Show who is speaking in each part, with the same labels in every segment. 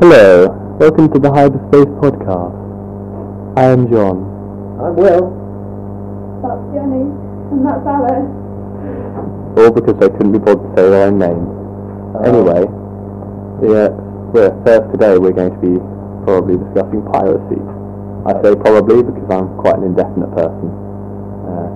Speaker 1: Hello, welcome to the Hyperspace Podcast. I am John.
Speaker 2: I'm Will.
Speaker 3: That's Jenny, and that's Alice.
Speaker 1: All because I couldn't be bothered to say their own names. Anyway, yeah, we're, first today we're going to be probably discussing piracy. I say probably because I'm quite an indefinite person. Uh,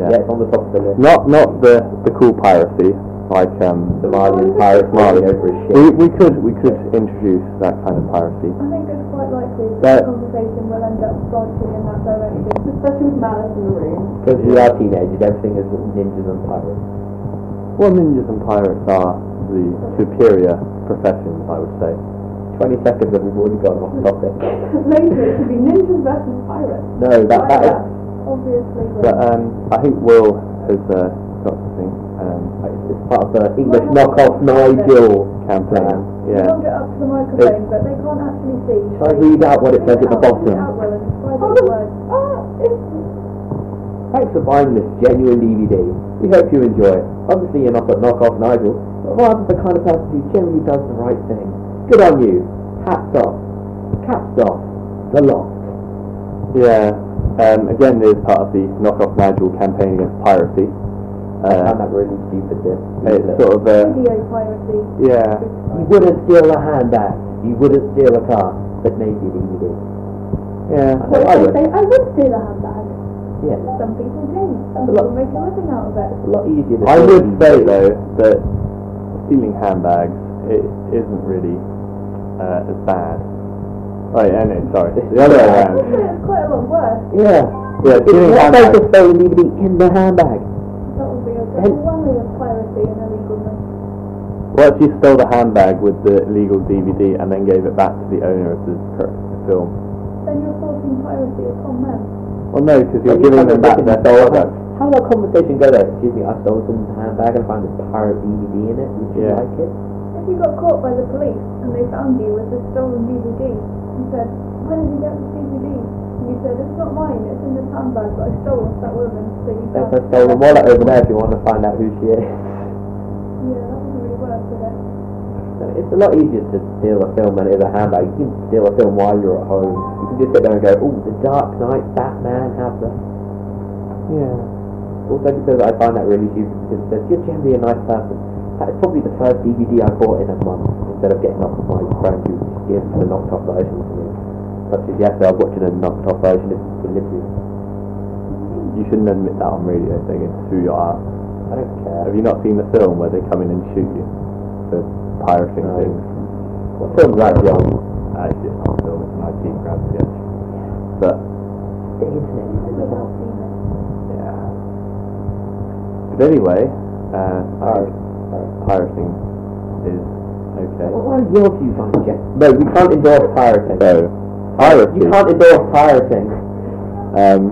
Speaker 2: yeah.
Speaker 1: yeah.
Speaker 2: it's on the top of the list.
Speaker 1: Not not the, the cool piracy, like um,
Speaker 2: Somalian
Speaker 1: Pirate
Speaker 2: pirates
Speaker 1: Mario.
Speaker 2: Mario for a
Speaker 1: We,
Speaker 2: ship.
Speaker 1: we could we could introduce that kind of piracy.
Speaker 3: I think it's quite likely that
Speaker 1: That-
Speaker 3: the conversation will end up branching in that direction, especially with Malice in the room.
Speaker 2: Because we are teenagers, everything is ninjas and pirates.
Speaker 1: Well, ninjas and pirates are the superior professions, I would say.
Speaker 2: 20 seconds and we've already gone off topic.
Speaker 3: Later, it should be ninjas versus pirates.
Speaker 2: No, that, that is...
Speaker 3: Obviously,
Speaker 1: But um, I think Will has uh, got something um,
Speaker 2: It's it's part of the English knockoff Nigel
Speaker 1: campaign.
Speaker 2: plan.
Speaker 3: we
Speaker 1: Yeah.
Speaker 3: hold it up to the microphone, but they can't actually see.
Speaker 2: Shall I read out what it says at the bottom? Oh.
Speaker 3: Hold Oh,
Speaker 2: Thanks for buying this genuine DVD. We hope you enjoy it. Obviously you're not a knockoff Nigel, but rather the kind of person who generally does the right thing. Good on you. Hats off. Caps off. The lot.
Speaker 1: Yeah. Um, again, it is part of the Knock Off Nigel campaign against piracy. Uh,
Speaker 2: I found that really stupid, this.
Speaker 1: it's sort of uh,
Speaker 3: oh, Video piracy.
Speaker 1: yeah.
Speaker 2: He wouldn't steal a handbag. He wouldn't steal a car. But maybe he did.
Speaker 1: Yeah.
Speaker 2: Well, I would.
Speaker 3: they say, I would steal a handbag.
Speaker 2: Yeah.
Speaker 3: Some people do. Some
Speaker 2: Look.
Speaker 3: people make a living out of it.
Speaker 2: A lot easier than
Speaker 1: I would say though that stealing handbags it isn't really uh, as bad. Oh, yeah, no, sorry. The other way
Speaker 3: Actually,
Speaker 1: around.
Speaker 3: it's quite a lot worse.
Speaker 2: Yeah.
Speaker 1: Yeah, stealing
Speaker 2: It's not
Speaker 1: handbags.
Speaker 2: safe to say you need to be in the handbag.
Speaker 3: That would be a double whammy of piracy and illegalness.
Speaker 1: Well, she stole the handbag with the illegal DVD and then gave it back to the owner of the cor- film.
Speaker 3: Then you're forcing piracy upon them.
Speaker 1: Well, no, because you're
Speaker 2: When you
Speaker 1: giving
Speaker 2: come
Speaker 1: them
Speaker 2: and
Speaker 1: back
Speaker 2: look
Speaker 1: their
Speaker 2: at the
Speaker 1: product.
Speaker 2: handbag, How did that conversation go there? Excuse me, I stole someone's handbag and I found this pirate DVD in it. Would you
Speaker 1: Yeah.
Speaker 2: like it?
Speaker 3: If you got caught by the police and they found you with this stolen DVD and said, where did you get this DVD? And you said, it's not mine, it's in this handbag that I stole off that woman. So you
Speaker 2: There's
Speaker 3: found
Speaker 2: her stolen wallet over there if you want to find out who she is.
Speaker 3: Yeah, that wouldn't really work, would it?
Speaker 2: No, It's a lot easier to steal a film than it is a handbag. You can steal a film while you're at home. You can just sit there and go, oh, The Dark Knight, Batman, have that.
Speaker 1: Yeah.
Speaker 2: Also because I find that really stupid because it says, you're generally a nice person. That is probably the first DVD I bought in a month instead of getting off my friend who gives the knocked off version to me. Such as yesterday I was watching a knocked off version of Oblivion.
Speaker 1: You shouldn't admit that on radio. They get through your ass.
Speaker 2: I don't care.
Speaker 1: Have you not seen the film where they come in and shoot you for pirating
Speaker 2: No.
Speaker 1: things?
Speaker 2: What film's that, John?
Speaker 1: Actually, it's not a film. It's my team grabs the edge. But
Speaker 2: The internet.
Speaker 3: I would not see it.
Speaker 1: yeah. But anyway, uh, I
Speaker 2: Alright.
Speaker 1: think pirating is okay.
Speaker 2: Well, what are your views on it, Jeff? No, you can't endorse pirating.
Speaker 1: So piracy.
Speaker 2: You can't endorse pirating.
Speaker 1: Um,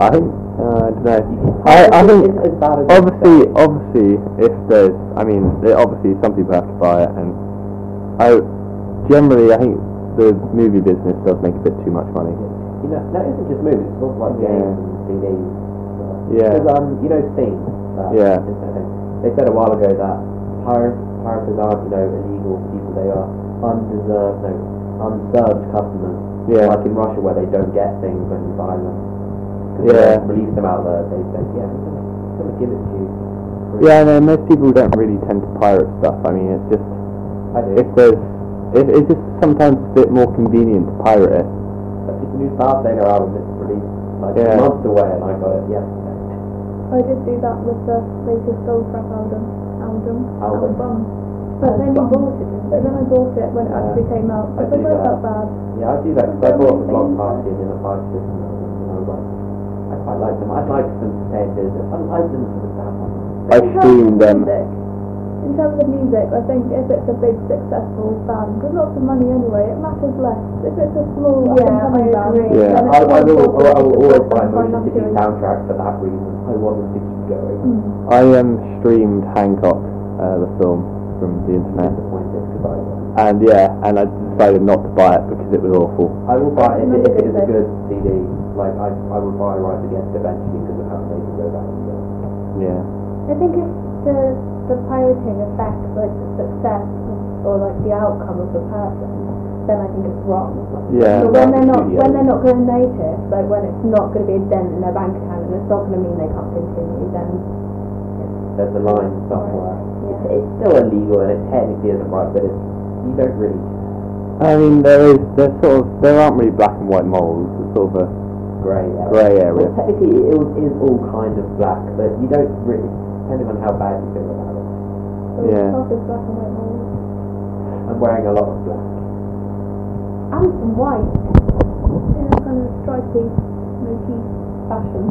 Speaker 1: I think uh, I don't know. I, I
Speaker 2: Pirating
Speaker 1: think
Speaker 2: isn't as bad as you
Speaker 1: obviously, obviously, if there's, I mean, there- obviously some people have to buy it, and I generally I think the movie business does make a bit too much money.
Speaker 2: You know, that isn't just movies, it's also like
Speaker 1: Yeah.
Speaker 2: games and
Speaker 1: Yeah.
Speaker 2: CDs. Because, um, you know, Steam. That
Speaker 1: Yeah.
Speaker 2: internet thing, They said a while ago that pirates, pirates aren't, you know, illegal people. They are undeserved, no, unserved customers.
Speaker 1: Yeah.
Speaker 2: Like in Russia where they don't get things when you buy them. 'Cause
Speaker 1: Yeah.
Speaker 2: They don't release them out there. They say, yeah, we're gonna, we're gonna give it to you. free."
Speaker 1: Yeah, no, most people don't really tend to pirate stuff. I mean, it's just
Speaker 2: I do.
Speaker 1: if there's, it, it's just sometimes a bit more convenient to pirate it.
Speaker 2: That's just a new Star Sailor album. It's released like
Speaker 1: Yeah.
Speaker 2: a month away and I got it yesterday.
Speaker 3: I did do that with the latest Gold Trap album. Album.
Speaker 2: Album.
Speaker 3: But then I
Speaker 2: Album.
Speaker 3: bought it. But then I bought it when it
Speaker 2: Yeah.
Speaker 3: actually came out.
Speaker 2: I
Speaker 3: I thought
Speaker 2: do
Speaker 3: that
Speaker 2: that.
Speaker 3: that bad.
Speaker 2: Yeah, I do that because I bought a block party and then a five system and I was like, I quite like them. I like them for ten days. I like them for the sound.
Speaker 1: I've
Speaker 3: In terms
Speaker 1: seen
Speaker 3: of
Speaker 1: them.
Speaker 3: music- In terms of music, I think if it's a big successful band with lots of money anyway, it matters less. If it's a small
Speaker 4: Yeah,
Speaker 3: up-and-coming
Speaker 4: I
Speaker 3: band,
Speaker 4: agree.
Speaker 1: Yeah.
Speaker 3: then
Speaker 2: I,
Speaker 3: it's
Speaker 2: I will,
Speaker 3: important
Speaker 2: I will
Speaker 3: to
Speaker 2: always
Speaker 3: focus
Speaker 2: buy
Speaker 3: on
Speaker 2: Motion City
Speaker 3: financially.
Speaker 2: soundtrack for that reason. I want them to keep going. I'm
Speaker 3: Mm.
Speaker 1: I um, streamed Hancock, uh, the film from the internet,
Speaker 2: disappointed because I won't.
Speaker 1: and yeah, and I decided not to buy it because it was awful.
Speaker 2: I will buy if, it- if it is a
Speaker 3: Remember
Speaker 2: good CD. Like I, I will buy Rise Against eventually because of how amazing those albums are.
Speaker 1: Yeah.
Speaker 4: I think if the the pirating affects like the success of
Speaker 3: or like the outcome of the person, then I think it's wrong.
Speaker 1: Yeah.
Speaker 3: But when they're not
Speaker 2: studio.
Speaker 3: when they're not going to notice, like when it's not going to be a dent in their bank account and it's not going to mean they can't continue, then
Speaker 2: There's a line somewhere.
Speaker 3: yeah.
Speaker 2: It's still illegal and it technically isn't right, but it's, you don't really
Speaker 1: I mean, there is, there's sort of, there aren't really black and white morals. It's sort of a
Speaker 2: grey area.
Speaker 1: grey area.
Speaker 2: Well, technically, it was- is all kind of black, but you don't really, depending on how bad you feel about it.
Speaker 3: So
Speaker 1: Yeah.
Speaker 3: Top is black and white walls.
Speaker 2: I'm wearing a lot of black.
Speaker 3: And some white. Yeah, kind of stripy, motif fashion.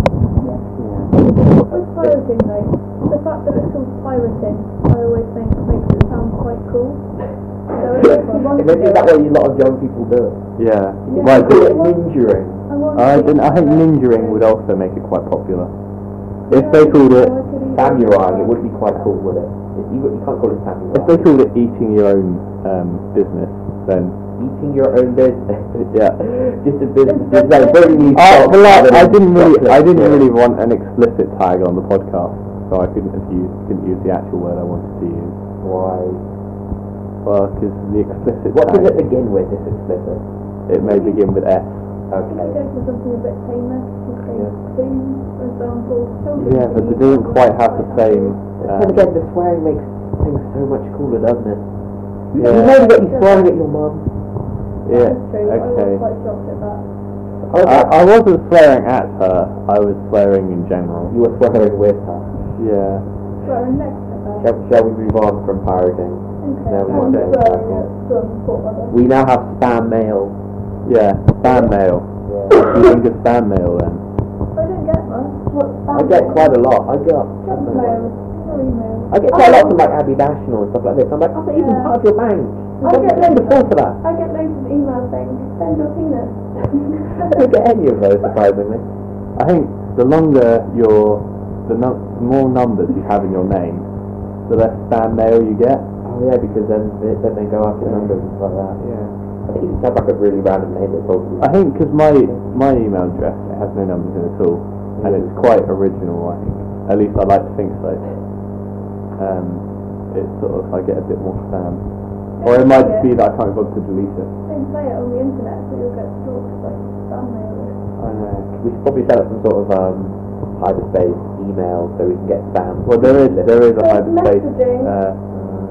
Speaker 3: With pirating though, the fact that it's called pirating, I always think makes it sound quite cool. So it makes me want to
Speaker 2: Maybe
Speaker 3: do
Speaker 2: that
Speaker 3: it.
Speaker 2: way a lot of young people do it.
Speaker 1: Yeah.
Speaker 3: Yeah.
Speaker 1: Well, I
Speaker 2: They call
Speaker 1: think-
Speaker 2: it ninjuring.
Speaker 3: I, want to
Speaker 1: I,
Speaker 3: do
Speaker 1: didn't, I think
Speaker 3: it.
Speaker 1: ninjuring would also make it quite popular. If they called it,
Speaker 3: I could either-
Speaker 2: Samurai, it would be quite cool, would it? If You, you can't call it samurai.
Speaker 1: if they called it eating your own um, business, then
Speaker 2: Eating your own business.
Speaker 1: yeah.
Speaker 2: Just a business. Just like bring me
Speaker 1: Oh,
Speaker 2: chocolate
Speaker 1: well,
Speaker 2: rather
Speaker 1: I, I
Speaker 2: than
Speaker 1: didn't really,
Speaker 2: chocolate.
Speaker 1: I didn't
Speaker 2: Yeah.
Speaker 1: really want an explicit tag on the podcast, so I couldn't have used, couldn't use the actual word I wanted to use.
Speaker 2: Why?
Speaker 1: Well, because the explicit
Speaker 2: What does
Speaker 1: tag,
Speaker 2: it begin with? This explicit.
Speaker 1: it may begin with S.
Speaker 3: I
Speaker 2: Okay.
Speaker 3: think I go for something a bit tamer, just say
Speaker 2: Yeah.
Speaker 3: spoon, for example, children.
Speaker 1: Yeah, but it doesn't quite have the same.
Speaker 2: And
Speaker 1: Um,
Speaker 2: again, the swearing makes things so much cooler, doesn't it? You- You
Speaker 1: Yeah.
Speaker 2: know that you're swearing at your mum.
Speaker 1: yeah.
Speaker 3: That's true. I
Speaker 1: Okay.
Speaker 3: was quite shocked at
Speaker 2: Oh,
Speaker 3: that.
Speaker 1: I, I wasn't swearing at her. I was swearing in general.
Speaker 2: you were swearing with her.
Speaker 1: Yeah.
Speaker 3: Swearing next to
Speaker 2: Shall,
Speaker 3: that.
Speaker 2: shall we move on from pirating?
Speaker 3: Okay.
Speaker 2: Never
Speaker 3: I'm
Speaker 2: mind.
Speaker 3: swearing at some poor mother.
Speaker 2: We now have spam mail.
Speaker 1: Yeah. Spam mail.
Speaker 2: Yeah.
Speaker 1: you think of spam mail then?
Speaker 3: I don't get much. What's
Speaker 2: I get quite a lot. I get.
Speaker 3: Junk mail, your email.
Speaker 2: I get quite a lot from like Abbey National and stuff like this. I'm like, I'm not even
Speaker 3: Yeah.
Speaker 2: part of your bank.
Speaker 3: I
Speaker 2: Don't
Speaker 3: get
Speaker 2: send
Speaker 3: loads
Speaker 2: a bill for that.
Speaker 3: I get loads of emails saying, send your penis.
Speaker 2: I don't get any of those, surprisingly.
Speaker 1: I think the longer your, the, num- the more numbers you have in your name, the less spam mail you get.
Speaker 2: Oh yeah, because then they, then they go after numbers and stuff like that.
Speaker 1: Yeah.
Speaker 2: I think you just have like a really random name that probably.
Speaker 1: I think because my my email address it has no numbers in it at all, and it's quite original. I think, at least I like to think so. Um, it's sort of I get a bit more spam, or it might just be that I can't be bothered to delete it.
Speaker 3: They play it on the internet, so you'll get stalked by spam mail.
Speaker 1: I know.
Speaker 2: We should probably set up some sort of um, hyperspace email so we can get spam.
Speaker 1: Well, there is there is a
Speaker 3: There's
Speaker 1: hyperspace.
Speaker 3: messaging.
Speaker 1: Uh,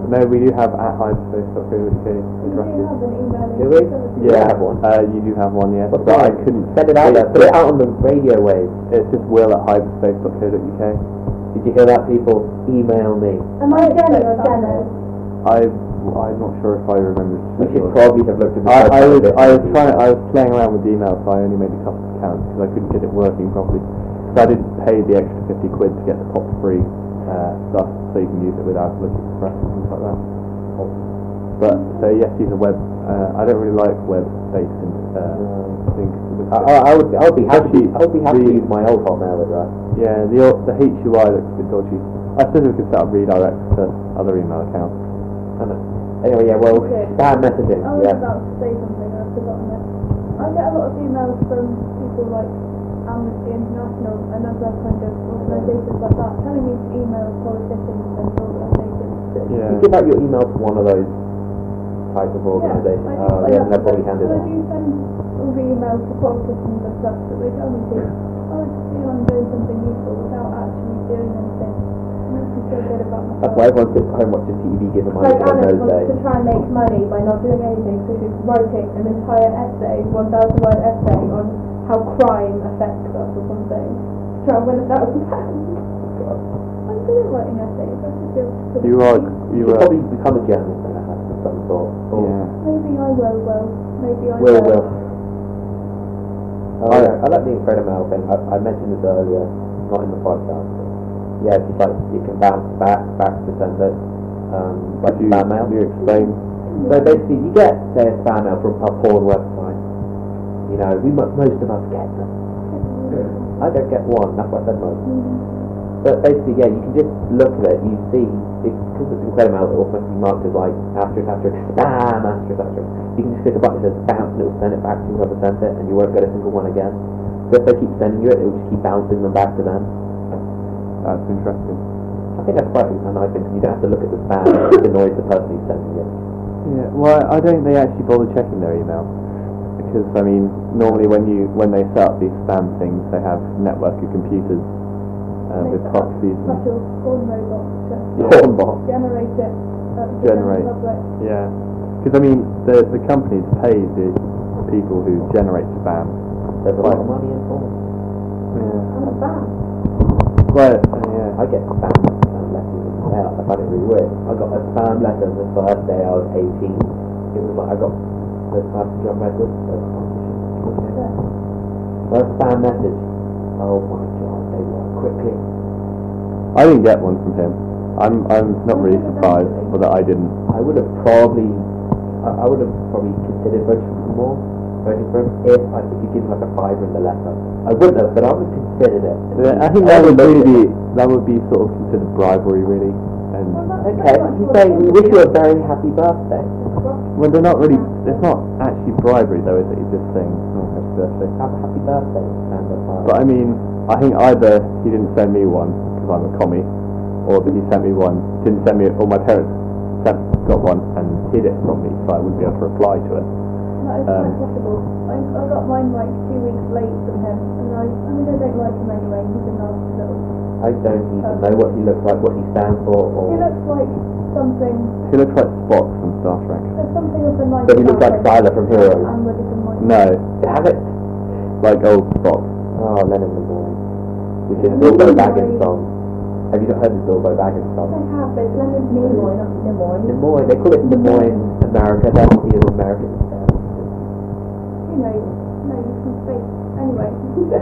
Speaker 1: no, we do have at hyperspace.co.uk
Speaker 3: You do
Speaker 1: addresses.
Speaker 3: have an email
Speaker 2: Do we?
Speaker 3: address.
Speaker 2: You have one?
Speaker 1: Uh, you do have one, yeah.
Speaker 2: What's
Speaker 1: But I
Speaker 2: mine?
Speaker 1: couldn't
Speaker 2: Send it out there. Put it
Speaker 1: It's,
Speaker 2: out on the radio waves.
Speaker 1: it's just will at hyperspace.co.uk.
Speaker 2: Did you hear that, people? Email me.
Speaker 3: Am I Jenna or Jenna?
Speaker 1: I I'm not sure if I remember. to
Speaker 2: We
Speaker 1: set
Speaker 2: should
Speaker 1: yours.
Speaker 2: probably have looked at the
Speaker 1: I, I
Speaker 2: website a
Speaker 1: was
Speaker 2: bit.
Speaker 1: I was trying I was playing around with email, so I only made a couple of accounts because I couldn't get it working properly. So I did pay the extra fifty quid to get the top free uh, stuff, so you can use it with Outlook Express and things like that. But so yes, use a web. Uh, I don't really like web-based and uh,
Speaker 2: Um,
Speaker 1: things. Uh,
Speaker 2: I, I, I would I would be happy
Speaker 1: Actually,
Speaker 2: I would be happy to
Speaker 1: the-
Speaker 2: use my old Hotmail address.
Speaker 1: Yeah, the o- the HUI looks a bit dodgy. I suppose we could set up redirects to other email accounts.
Speaker 2: I know. Anyway, yeah. Well,
Speaker 3: Okay. Oh,
Speaker 2: spam messaging.
Speaker 3: I was
Speaker 2: yeah.
Speaker 3: about to say something, I've forgotten it. I get a lot of emails from people like Amnesty International and other kind of organisations like that telling me to email politicians and organisations.
Speaker 1: Yeah.
Speaker 2: You give out your email to one of those type of organisations.
Speaker 3: Yeah, I
Speaker 2: oh,
Speaker 3: do-
Speaker 2: yeah,
Speaker 3: I
Speaker 2: and they'll probably
Speaker 3: do-
Speaker 2: hand it
Speaker 3: I
Speaker 2: on.
Speaker 3: do send all the emails to politicians and stuff that they tell me to. I always feel I'm doing something useful without actually doing anything. It makes me feel good about myself.
Speaker 2: That's why everyone sits at home watching TV giving money
Speaker 4: Like
Speaker 2: to their
Speaker 4: Anna
Speaker 2: nose day.
Speaker 4: wants to try and make money by not doing anything, so she's writing an entire essay, 1,000 word essay on how crime affects us or something. Try and win a thousand pounds.
Speaker 3: I'm good at writing essays. I should be able to. put
Speaker 1: You
Speaker 3: it-
Speaker 1: are
Speaker 2: You
Speaker 1: you
Speaker 2: should
Speaker 1: are
Speaker 2: probably become a journalist and a hack of some sort. Or
Speaker 1: yeah.
Speaker 3: Maybe I will. Will. Maybe I
Speaker 2: Will
Speaker 3: will.
Speaker 2: will. Oh,
Speaker 1: Oh,
Speaker 2: yeah. I like the Incredimail thing. I, I mentioned this earlier, not in the podcast. But yeah, it's just like it can bounce back, back to sender, um, like
Speaker 1: Could you,
Speaker 2: spam mail.
Speaker 1: could you explain?
Speaker 2: So basically, you get say a spam mail from a porn website. You know, we mo- most of us get them. I don't get one. That's what I said most.
Speaker 3: Mm.
Speaker 2: But basically, yeah, you can just look at it. You see, because it's Incredimail, it automatically marked as like asterisk asterisk spam asterisk asterisk. You can just click a button that says bounce, and it will send it back to whoever sent it, and you won't get a single one again. So if they keep sending you it, it will just keep bouncing them back to them.
Speaker 1: That's interesting.
Speaker 2: I think that's quite a nice thing. 'cause You don't have to look at the spam; it just annoys the person who's sending it.
Speaker 1: Yeah, well, I don't think they actually bother checking their email because I mean, normally when you when they set up these spam things, they have network of computers uh, with proxies and
Speaker 3: Special porn robots to
Speaker 1: porn bots.
Speaker 3: generate it. uh, to
Speaker 1: Generate.
Speaker 3: the public.
Speaker 1: Yeah, because I mean, the the companies pay the people who generate spam.
Speaker 2: There's a lot of money involved.
Speaker 1: Yeah.
Speaker 3: I'm a fan.
Speaker 1: Well, yeah.
Speaker 2: I get spam, spam letters in the mail. I find it really weird. I got a spam letter the first day I was 18. It was like I got the first job record.
Speaker 3: Yeah.
Speaker 2: First spam message. Oh my god, they work quickly.
Speaker 1: I didn't get one from him. I'm I'm not really surprised, but that I didn't.
Speaker 2: I would have probably, I, I would have probably considered voting for more, voting for him if I if you give like a fiver in the letter. I wouldn't have, but I would have considered it.
Speaker 1: Yeah, I think that would really be that would be sort of considered bribery, really. And
Speaker 3: Well, that's
Speaker 2: Okay,
Speaker 3: pretty much
Speaker 2: he's
Speaker 3: what
Speaker 2: saying
Speaker 3: it
Speaker 2: we
Speaker 3: is.
Speaker 2: wish you a very happy birthday.
Speaker 1: well, they're not really. It's not actually bribery, though, is it? It's just saying oh, happy birthday.
Speaker 2: Have a happy birthday, Sandra.
Speaker 1: But I mean, I think either he didn't send me one because I'm a commie, or that he sent me one, didn't send me, or my parents sent, got one and hid it from me, so I wouldn't be able to reply to it.
Speaker 3: That
Speaker 1: Um,
Speaker 3: is quite possible. I, I got mine like two weeks late from him, and I, I mean, I don't like him anyway. He's a nasty little.
Speaker 2: I don't even know what he looks like, what he stands for, or
Speaker 3: He looks like something.
Speaker 1: He looks like Spock from Star Trek.
Speaker 3: There's something of the night.
Speaker 2: But he looks like Skylar from Hero.
Speaker 3: And with his mind.
Speaker 1: No,
Speaker 2: Damn it!
Speaker 1: like old Spock.
Speaker 2: Oh, Lennon the boy. Which is
Speaker 3: Yeah.
Speaker 2: Bilbo
Speaker 3: Leonard
Speaker 2: Baggins
Speaker 3: Nimoy.
Speaker 2: song. Have you not heard the Bilbo Baggins
Speaker 3: I
Speaker 2: song?
Speaker 3: have, but it's Leonard Nimoy, not Nimoy.
Speaker 2: Nimoy, they call it Nimoy in America. That's the American.
Speaker 3: You know, no, you can space. Anyway.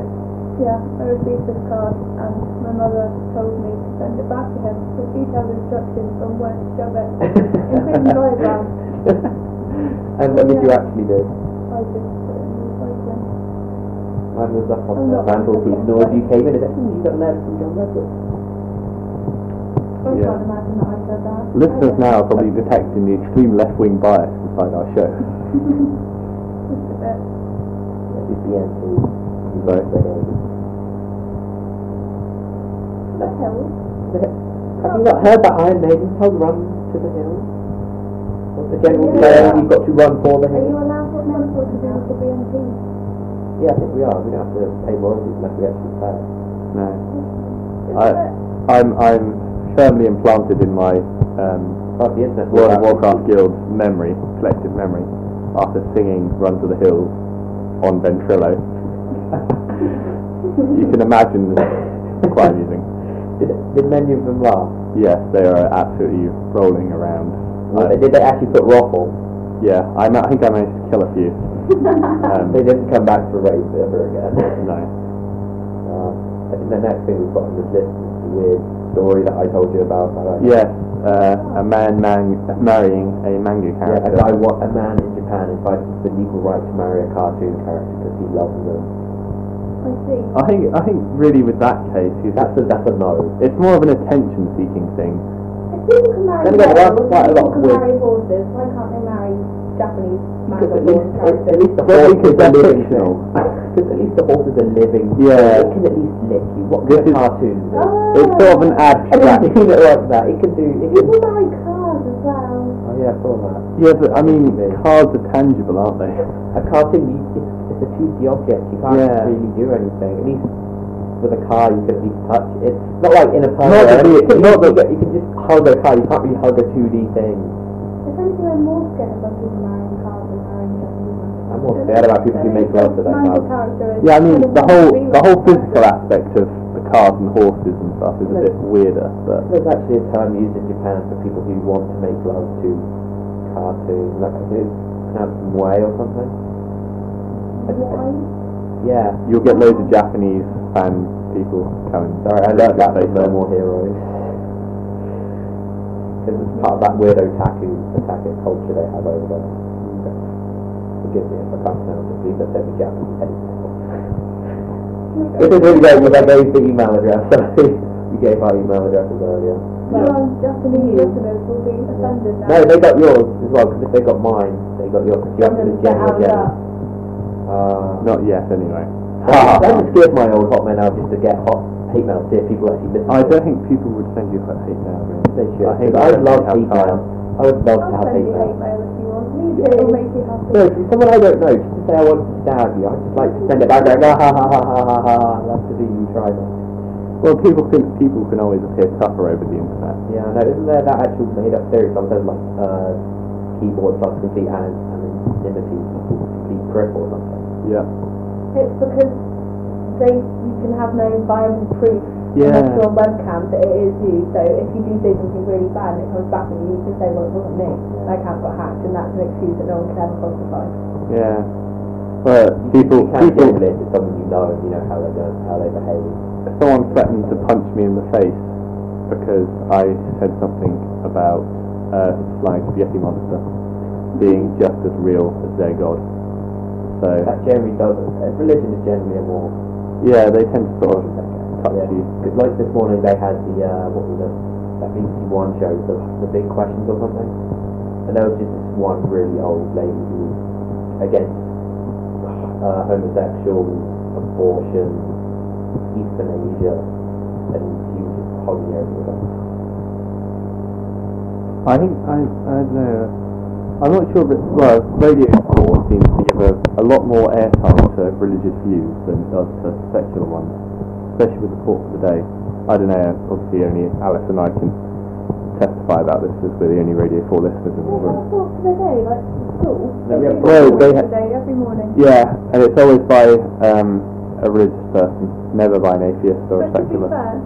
Speaker 3: yeah, I received this card, and my mother told me to send it back to him, because he has instructions on where to shove it. Including diagrams.
Speaker 2: and what did you actually do?
Speaker 3: I just put it in recycling.
Speaker 2: Mine was up on the mantelpiece. Nor you came in. Is that you got a letter from John Redwood?
Speaker 3: I
Speaker 1: Yeah.
Speaker 3: can't imagine that I said that.
Speaker 1: Listeners
Speaker 3: Okay.
Speaker 1: now are probably detecting the extreme left-wing bias inside our show.
Speaker 3: Just a bit.
Speaker 2: That is the answer.
Speaker 1: Right.
Speaker 3: The hell?
Speaker 2: Have you not heard that Iron Maiden song, Run to the Hill? What's the general
Speaker 3: Yeah.
Speaker 2: saying? You've got to run for the
Speaker 3: Are you
Speaker 2: hill.
Speaker 3: allowed to mentor to do with the BNP?
Speaker 2: Yeah, I think we are. We don't have to pay royalties unless we actually play. it.
Speaker 1: No,
Speaker 3: Is
Speaker 1: I,
Speaker 3: it?
Speaker 1: I'm I'm firmly implanted in my um,
Speaker 2: Oh, the internet.
Speaker 1: World of Warcraft Guild's memory, collective memory, after singing Run to the Hills on Ventrilo. you can imagine it's quite amusing.
Speaker 2: Did, did many of them laugh?
Speaker 1: Yes, they are absolutely rolling around.
Speaker 2: Well,
Speaker 1: I-
Speaker 2: did they actually put Rothel?
Speaker 1: yeah, I, ma- I think I managed to kill a few. Um,
Speaker 2: They didn't come back to raise ever again.
Speaker 1: no.
Speaker 2: Uh, I think the next thing we've got on this list is the weird story that I told you about. That I,
Speaker 1: Yes, uh, a man mang- marrying a manga
Speaker 2: Yeah, a
Speaker 1: character.
Speaker 2: guy, wa- a man in Japan invited the legal right to marry a cartoon character because he loves them.
Speaker 3: I see.
Speaker 1: I think I think really with that case, he's
Speaker 2: That's a, that's a no.
Speaker 1: it's more of an attention-seeking thing.
Speaker 4: If people can marry
Speaker 2: Then again, there are
Speaker 4: animals,
Speaker 2: quite a lot of
Speaker 4: people can
Speaker 2: weird-
Speaker 4: marry horses, why can't they marry Japanese
Speaker 2: Because
Speaker 4: manga
Speaker 2: at least, at,
Speaker 4: characters?
Speaker 2: at least the
Speaker 1: Well,
Speaker 2: horse
Speaker 1: because
Speaker 2: is a
Speaker 1: they're
Speaker 2: living
Speaker 1: fictional.
Speaker 2: Because at least the horse is a living
Speaker 1: Yeah.
Speaker 2: It can at least lick you. What
Speaker 1: This
Speaker 2: kind of
Speaker 1: is-
Speaker 2: cartoon is this?
Speaker 4: Oh,
Speaker 1: It's sort of an
Speaker 2: Ah. I didn't
Speaker 1: abstract.
Speaker 2: mean it like that. It can do... It can,
Speaker 4: People marry cars as well.
Speaker 2: oh yeah, I saw that.
Speaker 1: Yeah, but I mean, cards are tangible, aren't they?
Speaker 2: A cartoon, you, it's, it's a 2D object. You can't
Speaker 1: Yeah.
Speaker 2: really do anything. At least with a car, you can at least touch it. Not like in a car.
Speaker 1: Not that
Speaker 2: you,
Speaker 1: the-
Speaker 2: can-
Speaker 1: not
Speaker 2: you,
Speaker 1: that-
Speaker 2: can- you can just hug a car. You can't really hug a 2D thing.
Speaker 4: If anything, I'm more scared about people marrying cars than marrying Japanese manga.
Speaker 2: I'm more scared about people who make love to their
Speaker 3: Manga
Speaker 2: cars.
Speaker 3: character is
Speaker 1: Yeah, I mean
Speaker 3: kind of
Speaker 1: the
Speaker 3: like
Speaker 1: whole
Speaker 3: being
Speaker 1: the whole
Speaker 3: like a
Speaker 1: physical aspect of the cars and horses and stuff is a bit weirder, but
Speaker 2: There's actually a term used in Japan for people who want to make love to cartoons, like I think it's pronounced Mway or something.
Speaker 4: Why?
Speaker 2: Yeah.
Speaker 1: you'll get loads of Japanese fan people coming.
Speaker 2: Sorry, I learned that
Speaker 1: They
Speaker 2: from No More Heroes. This is part of that weird otaku, otaku culture they have over there. Forgive me if I can't pronounce it, please don't take me Japanese hate. This is really great because I gave the email address, sorry. We gave our email addresses earlier.
Speaker 3: Well, uh, our Japanese listeners will be offended now.
Speaker 2: No, they got yours as well, because if they got mine, they got yours. 'cause You have to the
Speaker 3: Get
Speaker 2: general
Speaker 3: out of
Speaker 2: general.
Speaker 3: that.
Speaker 2: Uh, Ah,
Speaker 1: Not yet, anyway.
Speaker 2: I just give my old Hotmail now just to get hot hate mail, see if people actually listen.
Speaker 1: I
Speaker 2: to it.
Speaker 1: don't think people would send you hate mail. Really.
Speaker 2: They should.
Speaker 1: I hate
Speaker 2: I
Speaker 1: that.
Speaker 2: love
Speaker 1: Have
Speaker 2: hate mail.
Speaker 1: time.
Speaker 2: I would love to
Speaker 3: I'll
Speaker 2: have
Speaker 3: send
Speaker 2: hate
Speaker 3: you
Speaker 2: mail.
Speaker 3: hate mail if you want. Me
Speaker 4: Yeah.
Speaker 3: too. It'll make you happy.
Speaker 2: No, from someone I don't know, just to say I want to stab you, I'd just like to send it back going, ah, ha, ha, ha, ha, ha, ha, I love to do you, try that.
Speaker 1: Well, people can people can always appear tougher over the internet.
Speaker 2: Yeah, I know, isn't there that actual made-up theory sometimes, like, uh, keyboard plus complete an- anonymity equals complete prick or something?
Speaker 1: Yeah.
Speaker 4: It's because they you can have no viable proof
Speaker 1: Yeah.
Speaker 4: unless you're on webcam that it is you. So if you do say something really bad and it comes back and you, you can say, well, it wasn't me. My account got hacked, and that's an excuse that no one can ever falsify.
Speaker 1: Yeah. But people
Speaker 2: You can
Speaker 1: people
Speaker 2: Google it, it's something you know, you know how they do, how they behave.
Speaker 1: someone threatened to punch me in the face because I said something about uh, Flying Spaghetti Monster being just as real as their god. So
Speaker 2: That generally does, uh, religion is generally a more
Speaker 1: yeah, they tend to sort of touchy.
Speaker 2: Yeah. Like this morning, they had the uh, what was it? That BBC One show, the, the big questions or something. And there was just this one really old lady who was against uh, homosexuals, abortion, euthanasia, and she was just holding everything up.
Speaker 1: I think I I don't know. I'm not sure, but well, Radio Four seems to give a, a lot more airtime to religious views than it does to secular ones, especially with the talk of the day. I don't know. Obviously, only Alice and I can testify about this, as we're the only Radio Four listeners in the
Speaker 3: They have
Speaker 1: room.
Speaker 3: a talk for the day, like from school.
Speaker 2: No, we
Speaker 3: They
Speaker 2: have-
Speaker 3: do
Speaker 1: Well,
Speaker 3: talk
Speaker 1: they
Speaker 3: for
Speaker 1: ha-
Speaker 3: the day every morning.
Speaker 1: Yeah, and it's always by um, a religious person, never by an atheist or a
Speaker 3: But to be
Speaker 1: secular.
Speaker 3: fair,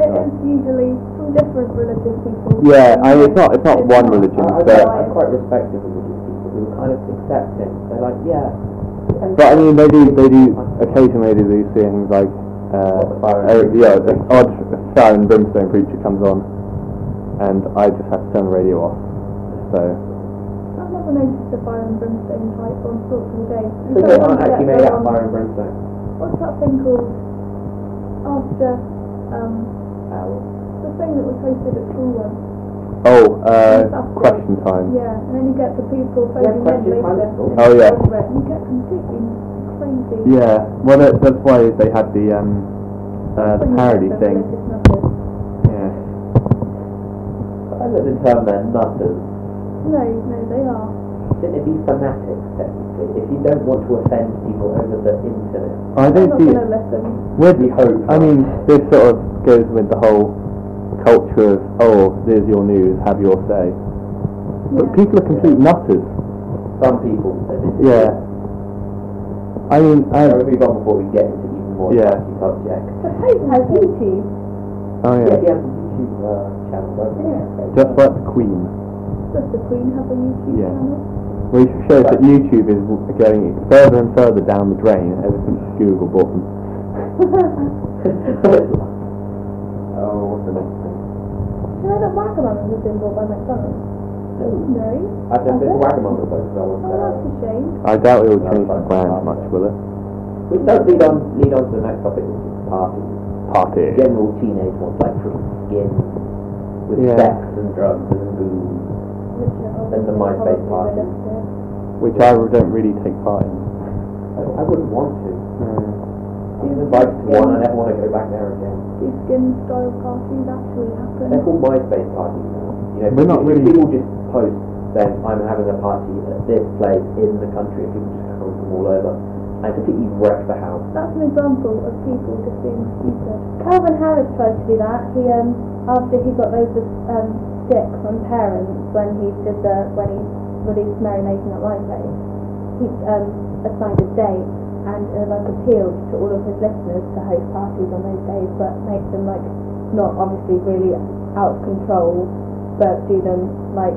Speaker 3: it
Speaker 1: Yeah.
Speaker 3: is usually from different religious people.
Speaker 1: Yeah, I mean, it's not it's not one religion,
Speaker 2: I, I,
Speaker 1: but
Speaker 2: I quite respect the religious people who kind of accept it. They're like, yeah.
Speaker 1: but I mean they do they do occasionally they do see things like uh,
Speaker 2: What, the fire and
Speaker 1: oh,
Speaker 2: brimstone
Speaker 1: yeah, the
Speaker 2: preacher?
Speaker 1: odd fire and brimstone preacher comes on, and I just have to turn the radio off. So
Speaker 3: I've never noticed a fire and brimstone type on talk for the day. And
Speaker 2: Because they aren't
Speaker 3: sometimes you
Speaker 2: actually
Speaker 3: get
Speaker 2: made
Speaker 3: the
Speaker 2: out of
Speaker 3: one-
Speaker 2: fire and brimstone.
Speaker 3: What's that thing called? After um,
Speaker 2: Owl.
Speaker 3: the thing that was hosted at school once.
Speaker 1: oh, uh,
Speaker 3: That's great.
Speaker 1: question time.
Speaker 3: Yeah, and then you get the people
Speaker 2: Yeah,
Speaker 3: phoning in
Speaker 2: question
Speaker 3: later.
Speaker 2: time is cool.
Speaker 1: Oh, yeah.
Speaker 3: over it, And you get completely crazy.
Speaker 1: Yeah, well that, that's why they had the um, uh, the
Speaker 3: when you get
Speaker 1: parody
Speaker 3: the
Speaker 1: thing.
Speaker 3: religious nutters.
Speaker 1: Yeah.
Speaker 2: I love the term they're nutters.
Speaker 3: No, no, they are.
Speaker 2: Shouldn't it be fanatics, technically? If you don't want to offend people over the internet,
Speaker 1: I
Speaker 3: They're
Speaker 1: don't
Speaker 3: not
Speaker 1: see.
Speaker 3: going to listen.
Speaker 1: Where
Speaker 2: we hope.
Speaker 1: I mean, this sort of goes with the whole culture of, oh, there's your news, have your say. But
Speaker 3: Yeah.
Speaker 1: people are complete nutters.
Speaker 2: some people. they do.
Speaker 1: Yeah. I mean, I,
Speaker 2: Shall we move on before we get into even more
Speaker 1: Yeah.
Speaker 2: touchy subject?
Speaker 4: The Pope has YouTube.
Speaker 1: oh
Speaker 2: Yeah,
Speaker 1: yeah,
Speaker 2: he has a YouTube uh, channel, doesn't he?
Speaker 1: just like the Queen.
Speaker 3: Does the Queen have a YouTube
Speaker 1: Yeah.
Speaker 3: channel?
Speaker 1: Which shows that YouTube is going further and further down the drain ever since Google bought them.
Speaker 2: oh, what's the next thing?
Speaker 3: Do you know that Wagamama's has been bought by McDonald's?
Speaker 2: No.
Speaker 3: No.
Speaker 2: I've never been to Wagamama though, because I was
Speaker 3: Oh,
Speaker 2: there.
Speaker 3: that's a shame.
Speaker 1: I doubt it will
Speaker 2: No,
Speaker 1: change the
Speaker 2: but-
Speaker 1: brand much, will it?
Speaker 2: Which does lead on, lead on to the next topic, which is parties.
Speaker 1: Party.
Speaker 2: General teenage ones, like from skin, with
Speaker 1: Yeah.
Speaker 2: sex and drugs and booze.
Speaker 3: Which are
Speaker 2: Then the
Speaker 3: obviously
Speaker 2: MySpace
Speaker 3: probably
Speaker 2: party.
Speaker 3: registered.
Speaker 1: Which I don't really take part in.
Speaker 2: I, I wouldn't want to.
Speaker 1: Mm.
Speaker 2: I was
Speaker 3: Do
Speaker 2: invited to
Speaker 3: skin-
Speaker 2: one, I never want to go back there again.
Speaker 3: Do uh, skin style parties actually happen?
Speaker 2: They're called MySpace parties now. You know,
Speaker 1: We're not
Speaker 2: if
Speaker 1: really-
Speaker 2: people just post then I'm having a party at this place in the country and people just come from all over and completely wreck the house.
Speaker 3: That's an example of people just being stupid.
Speaker 4: Calvin Harris tried to do that. He um after he got loads of um stick from parents when he did the when he released Mary Mason at Limeplace, he um assigned a date and uh, like appealed to all of his listeners to host parties on those days, but make them like not obviously really out of control, but do them like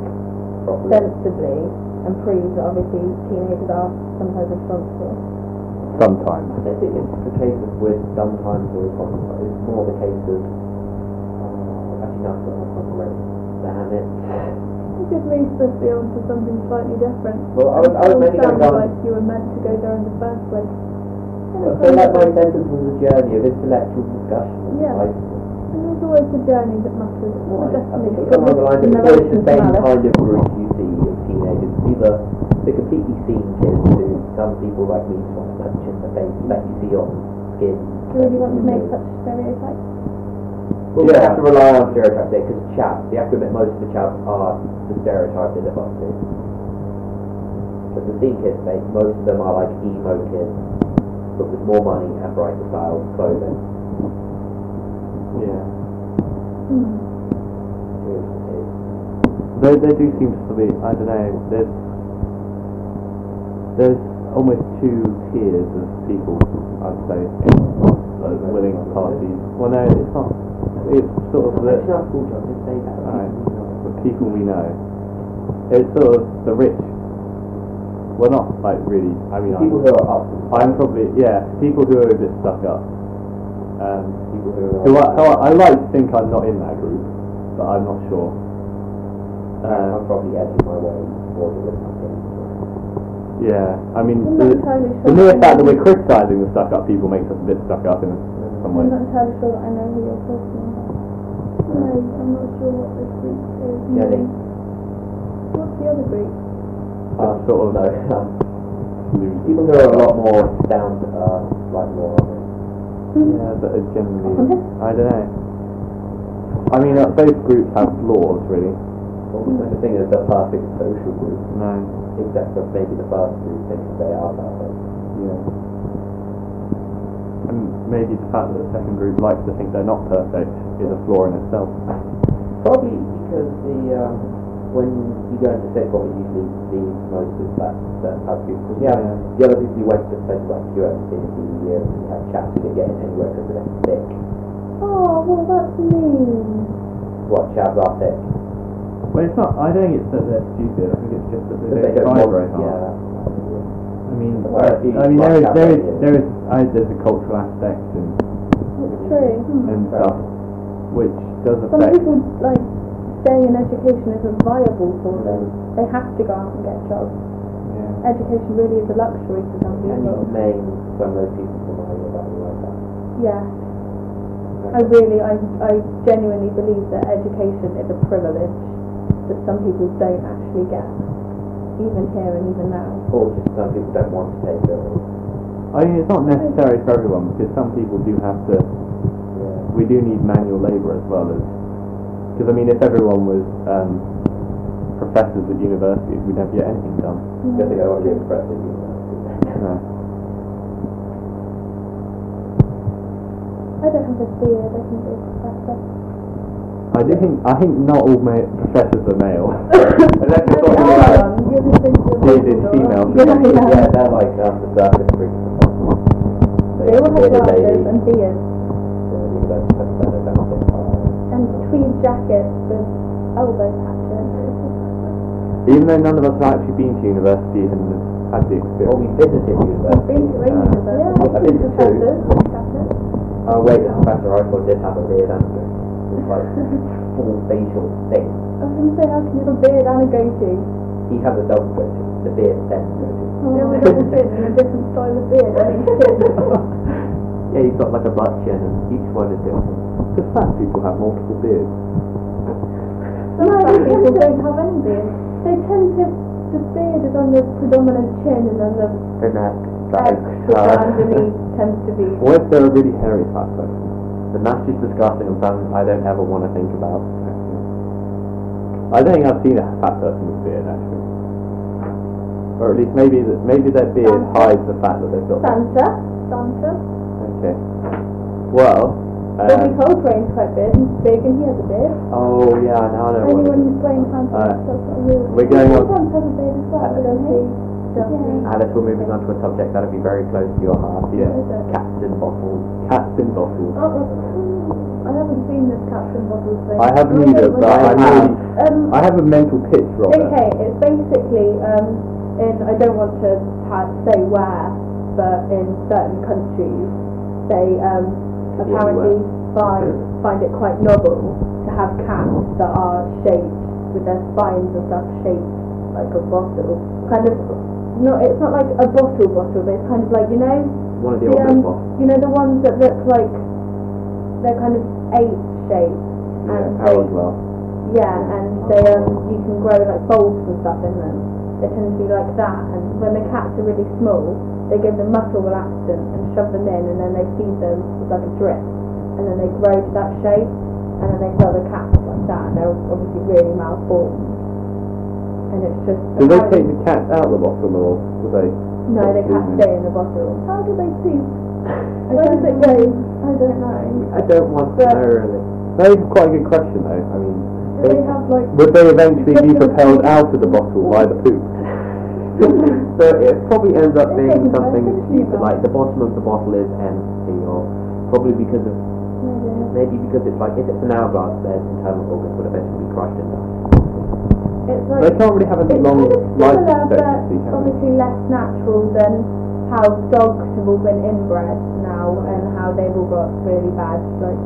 Speaker 2: Properly.
Speaker 4: sensibly and prove that obviously teenagers are sometimes responsible.
Speaker 1: Sometimes.
Speaker 2: I don't think it's the case of we're sometimes or responsible. It's more the case of uh, actually no, I've got myself already. Damn it.
Speaker 3: This is me supposed to be on to something slightly different.
Speaker 2: Well, I was, I was
Speaker 3: It
Speaker 2: mainly going
Speaker 3: sounds
Speaker 2: down.
Speaker 3: like you were meant to go there in the first place.
Speaker 2: I feel like my sentence was a journey of intellectual discussion. and
Speaker 3: Yeah.
Speaker 2: writing.
Speaker 3: And there's always the journey that matters. It's
Speaker 2: Well,
Speaker 3: the
Speaker 2: I think
Speaker 3: destination.
Speaker 2: it's along the lines of
Speaker 4: No,
Speaker 2: it's
Speaker 4: it's
Speaker 2: the
Speaker 4: just
Speaker 2: same
Speaker 4: malice.
Speaker 2: kind of group you see of teenagers. It's Either the completely seen kids who some people like me just want to punch in the face that you see on skin.
Speaker 4: Do you really want to make such stereotypes?
Speaker 2: I Well, we
Speaker 1: Yeah.
Speaker 2: have to rely on stereotypes there because chaps, you have to admit most of the chaps are the stereotype they live up to. But the scene kids, mate, most of them are like emo kids, but with more money and brighter style clothing.
Speaker 1: Yeah.
Speaker 4: Hmm.
Speaker 2: Who is-
Speaker 1: They, they do seem to be, I don't know, there's, there's almost two tiers of people, I'd say, like, willing to party. Well, no, it's not. It's sort of the,
Speaker 2: Actually, our school job did say that.
Speaker 1: Aye. the people we know. It's sort of the rich. Well, not like really, I mean,
Speaker 2: People
Speaker 1: I'm,
Speaker 2: who are up,
Speaker 1: I'm probably, yeah, people who are a bit stuck up. Um,
Speaker 2: people who are.
Speaker 1: who I, who I, I like to think I'm not in that group, but I'm not sure. Um,
Speaker 2: Uh, I'm probably edging my way towards the something.
Speaker 1: Yeah, I mean,
Speaker 4: I'm not
Speaker 1: the,
Speaker 4: entirely
Speaker 1: the
Speaker 4: sure.
Speaker 1: mere fact that we're criticising the stuck up people makes us a bit stuck up in some
Speaker 4: I'm
Speaker 1: way.
Speaker 4: not entirely sure that I know who you're talking about. No, I'm not sure what the group is.
Speaker 2: Yeah, they-
Speaker 4: What's the other group?
Speaker 1: Uh,
Speaker 2: Um,
Speaker 1: sort of
Speaker 2: no, um,
Speaker 1: losing.
Speaker 2: people who are a lot more down to earth, like more.
Speaker 4: Hmm.
Speaker 1: Yeah, but it's generally, I don't know. I mean, uh, both groups have flaws, really.
Speaker 2: Almost such a thing as the perfect social group,
Speaker 1: No.
Speaker 2: except for maybe the first group thinks they are perfect.
Speaker 1: Yeah. And maybe the fact that the second group likes to think they're not perfect is a flaw in itself.
Speaker 2: Probably because the um, when you go into sixth form, it usually leaves most of that that group. Because you have
Speaker 1: Yeah.
Speaker 2: the other people you went to places like QMC and BU, and you have chaps who get in anywhere because they're thick.
Speaker 3: Oh, well, that's mean.
Speaker 2: What chaps are thick?
Speaker 1: Well, it's not. I don't think it's that they're stupid. I think it's just that they,
Speaker 2: Because
Speaker 1: don't try
Speaker 2: want-
Speaker 1: very hard.
Speaker 2: Yeah. that's-
Speaker 1: I mean,
Speaker 2: Well, if you
Speaker 1: I mean, there is,
Speaker 2: like
Speaker 1: there is,
Speaker 2: that,
Speaker 1: there is, I, there's a cultural aspect and
Speaker 3: It's true.
Speaker 4: Hmm.
Speaker 1: and
Speaker 2: Right.
Speaker 1: stuff, which does
Speaker 3: Some
Speaker 1: affect.
Speaker 3: people, like, staying in education isn't viable for them. They have to go out and get jobs.
Speaker 1: Yeah.
Speaker 3: Education really is a luxury for some
Speaker 2: And you
Speaker 3: people.
Speaker 2: name some of those people from earlier that you like that.
Speaker 3: Yeah. I really, I, I genuinely believe that education is a privilege that some people don't actually get, even here and even now.
Speaker 2: Or just some people don't want to take it.
Speaker 1: I mean, it's not necessary for everyone because some people do have to.
Speaker 2: Yeah.
Speaker 1: We do need manual labour as well as because I mean, if everyone was um, professors at universities, we'd never get anything done.
Speaker 2: Because they don't want to be impressive. You
Speaker 1: No.
Speaker 2: know.
Speaker 3: I don't have a fear that I can be a professor.
Speaker 1: I do think I think not all ma- professors are male. Unless you're talking about
Speaker 4: Um, you're just thinking of
Speaker 1: It- it's female.
Speaker 3: Yeah.
Speaker 2: yeah, they're like um, the circus freaks.
Speaker 3: They all have
Speaker 2: Lady,
Speaker 3: glasses
Speaker 2: lady,
Speaker 3: and beards
Speaker 2: uh, you know, that's- that's- that's- that's it. Uh,
Speaker 3: and tweed jackets with elbow patches.
Speaker 1: even though none of us have actually been to university and have had the
Speaker 2: Well,
Speaker 1: experience.
Speaker 2: we visited university.
Speaker 3: Been to a
Speaker 1: Uh,
Speaker 3: university.
Speaker 2: I've been to two.
Speaker 3: Professors.
Speaker 2: Oh wait, the Professor Rifle did have a beard and a it's like full facial thing.
Speaker 3: I was going to say, how can you have a beard and a goatee?
Speaker 2: He had the double goatee, the beard then goatee.
Speaker 4: There Oh, was a kid in a different style of beard. I mean, kid.
Speaker 2: yeah, he's got like a butt chin and each one is different.
Speaker 1: Because fat people have multiple beards.
Speaker 4: Some
Speaker 3: No,
Speaker 4: fat
Speaker 3: they
Speaker 4: people
Speaker 3: tend to-
Speaker 4: don't have any beard.
Speaker 3: They tend to, the beard is on the predominant chin and then the
Speaker 2: The neck, the
Speaker 3: extra
Speaker 1: Uh,
Speaker 2: uh,
Speaker 3: underneath tends to be.
Speaker 1: Or if they're a really hairy fat person.
Speaker 2: The mask is disgusting and something I don't ever want to think about.
Speaker 1: I don't think I've seen a fat person with a beard actually. Or at least maybe that maybe their beard
Speaker 4: Um,
Speaker 3: Santa.
Speaker 1: hides the fact that they've got.
Speaker 3: Santa.
Speaker 4: Santa.
Speaker 1: Okay. Well,
Speaker 3: Bobby
Speaker 1: um,
Speaker 3: Coltrane's quite big, big and he has a beard.
Speaker 2: Oh yeah, now I know what it
Speaker 4: Anyone
Speaker 2: is.
Speaker 4: who's playing Santa
Speaker 1: Alright.
Speaker 4: that's not really.
Speaker 1: Uh, we're going on. Uh,
Speaker 3: Sometimes has a beard as well, but then he doesn't.
Speaker 2: Alice, we're moving on to a subject that'll be very close to your heart.
Speaker 1: Yeah,
Speaker 2: Cats in bottles.
Speaker 1: cats in bottles.
Speaker 4: Oh, mm, I haven't seen this Captain Bottles thing.
Speaker 1: I haven't
Speaker 4: Oh,
Speaker 1: either,
Speaker 4: no,
Speaker 1: but I
Speaker 2: I
Speaker 1: really,
Speaker 3: Um,
Speaker 1: I have a mental pitch, Robert.
Speaker 3: okay, it's basically, um, in, I don't want to ha- say where, but in certain countries, they um,
Speaker 2: Could be
Speaker 3: apparently find, find it quite novel to have cats that are shaped with their spines and stuff shaped like a bottle. Kind of, no, it's not like a bottle bottle, but it's kind of like, you know,
Speaker 2: One of the
Speaker 3: The,
Speaker 2: old
Speaker 3: um,
Speaker 2: bottles.
Speaker 3: you know the ones that look like they're kind of eight shaped and
Speaker 1: Yeah,
Speaker 3: they,
Speaker 1: Harold well.
Speaker 3: Um, yeah, and they um you can grow like bulbs and stuff in them. They tend to be like that, and when the cats are really small, they give them muscle relaxant and shove them in, and then they feed them with like a drip, and then they grow to that shape. and then they sell the cats like that, and they're obviously really malformed. And it's just
Speaker 1: Do they take the cat out of the bottle or do they?
Speaker 3: no, the cats stay in the bottle.
Speaker 4: How do they poop?
Speaker 3: I
Speaker 4: Where does
Speaker 3: don't
Speaker 4: it go? I don't know.
Speaker 2: I don't want to
Speaker 4: But-
Speaker 2: know really.
Speaker 1: That is quite a good question though. I mean,
Speaker 4: Do they have like
Speaker 1: would they eventually be propelled out of the bottle by the poop?
Speaker 2: so it probably ends up
Speaker 4: It's
Speaker 2: being
Speaker 4: like
Speaker 2: something
Speaker 4: embarrassing
Speaker 2: stupid,
Speaker 4: humor.
Speaker 2: like the bottom of the bottle is empty, or probably because of maybe because it's like if it's an hourglass, their internal organs would eventually be crushed and die.
Speaker 3: It's
Speaker 1: They
Speaker 3: like
Speaker 1: can't really have a
Speaker 3: it's
Speaker 1: long
Speaker 3: kind of
Speaker 1: life
Speaker 3: similar, but
Speaker 1: expectancy, can they?
Speaker 3: obviously less natural than how dogs have all been inbred now, and how they've all got really bad like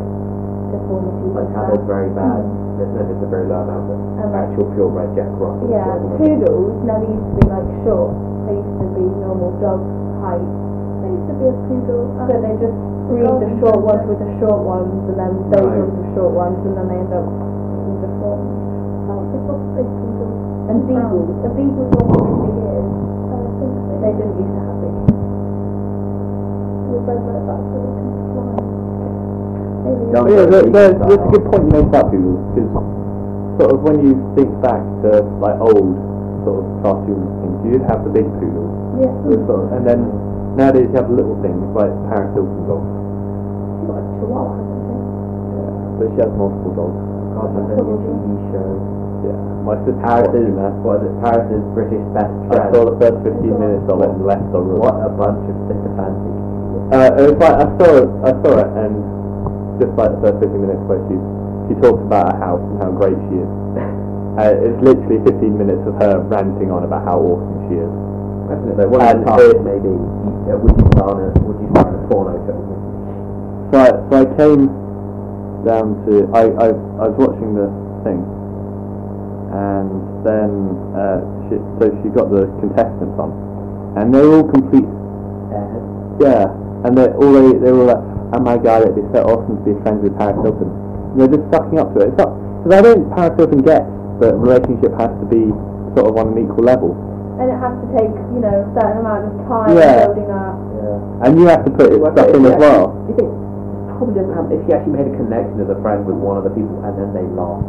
Speaker 3: deformities
Speaker 2: Like
Speaker 3: and
Speaker 2: how
Speaker 3: stuff.
Speaker 2: they're very bad. There's no, there's a very low amount of
Speaker 3: And like
Speaker 2: actual purebred Jack Russell.
Speaker 3: Yeah, poodles never used to be like short. They used to be normal dog height.
Speaker 4: they used to be a poodle? and-
Speaker 3: But they just breed the short ones with the short ones, and then those
Speaker 2: Right.
Speaker 3: ones with short ones, and then they end up being deformed.
Speaker 4: Oh, they got big poodles.
Speaker 3: And beagles. A beagle's one for really big ears.
Speaker 4: I think so.
Speaker 3: They didn't used to have big ears.
Speaker 4: You're very right about that, so they can fly.
Speaker 2: Young
Speaker 1: Yeah, there,
Speaker 2: Beatles
Speaker 1: there's,
Speaker 2: style.
Speaker 1: there's a good point you made about Poodles, because sort of when you think back to like old sort of cartoons and things, you did have the big poodles,
Speaker 4: Yeah.
Speaker 1: Those sort of- and then nowadays you have little things like Paris Hilton dogs,
Speaker 4: She got a chihuahua, hasn't she?
Speaker 1: but she has multiple dogs.
Speaker 2: God, there's a new TV show.
Speaker 1: Yeah, my sister's
Speaker 2: Paris is
Speaker 1: watching that.
Speaker 2: what is it? Paris is British best
Speaker 1: I
Speaker 2: friend.
Speaker 1: saw the first 15 minutes of it and left the room.
Speaker 2: What a bunch of sycophantic. idiots.
Speaker 1: Uh, it was like I saw it, I saw it, and just like the first 15 minutes where she she talks about her house and how great she is. Uh, it's literally 15 minutes of her ranting on about how awesome she is.
Speaker 2: Imagine it though, one of
Speaker 1: And
Speaker 2: the tasks
Speaker 1: it-
Speaker 2: maybe, you- uh, would you star in a, would you star in a porno
Speaker 1: Uh,
Speaker 2: film?
Speaker 1: So I, so I came down to I, I, I was watching the thing, and then uh, she, so she got the contestants on, and they're all complete
Speaker 2: Uh,
Speaker 1: yeah, and they all they they were like, oh my god, it'd be so awesome to be friends with Paris Hilton. And they're just sucking up to it. It's not because I don't think Paris Hilton gets that relationship has to be sort of on an equal level,
Speaker 3: And it has to take, you know, a certain amount of time
Speaker 1: Yeah.
Speaker 3: building up.
Speaker 2: yeah.
Speaker 1: and you have to put it
Speaker 2: Well,
Speaker 1: stuff
Speaker 2: if
Speaker 1: in
Speaker 2: he
Speaker 1: as well.
Speaker 2: actually- You think it probably doesn't happen if you actually made a connection as a friend with one of the people and then they laugh.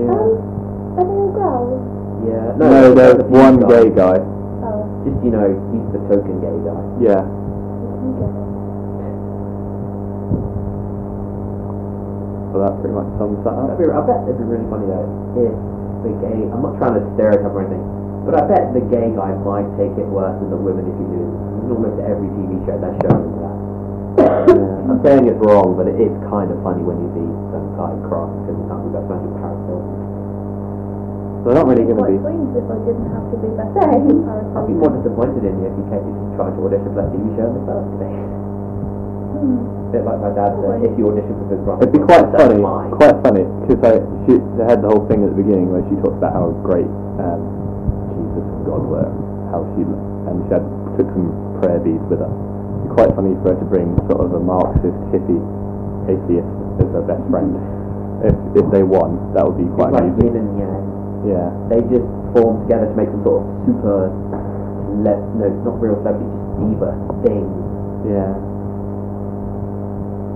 Speaker 1: Yeah.
Speaker 4: Are they all girls?
Speaker 2: Yeah.
Speaker 1: Um, No, there's one gay guy.
Speaker 4: Oh,
Speaker 2: Just you know, he's the token gay guy.
Speaker 1: Yeah.
Speaker 4: you get it.
Speaker 1: So that pretty much sums that up.
Speaker 2: That'd be, I bet it'd be really funny though if the gay. I'm not trying to stereotype or anything, but I bet the gay guy might take it worse than the women if you do. In almost every TV show they're showing that. I'm saying it's wrong, but it is kind of funny when you see some guy cry because he can't be best friends with Paris Hilton.
Speaker 1: They're not really going to be.
Speaker 4: Quite pleased if I didn't have to be best
Speaker 3: Same.
Speaker 4: friends with Paris
Speaker 2: I'd be
Speaker 4: Hilton.
Speaker 2: more disappointed in you if you came if you tried to audition for that TV show in the first place.
Speaker 4: Hmm.
Speaker 2: bit like my dad said, if you audition for Big Brother,
Speaker 1: It'd be quite
Speaker 2: that's
Speaker 1: funny,
Speaker 2: mine.
Speaker 1: quite funny, because I she they had the whole thing at the beginning where she talked about how great um, Jesus and God were, how she and she had, took some prayer beads with her. It'd be quite funny for her to bring sort of a Marxist hippie atheist as her best friend. If if they won, that would be
Speaker 2: It's
Speaker 1: quite
Speaker 2: like
Speaker 1: amusing.
Speaker 2: yin and yang.
Speaker 1: Yeah,
Speaker 2: They just form together to make some sort of super, le- no, not real celebrity, just diva thing.
Speaker 1: yeah.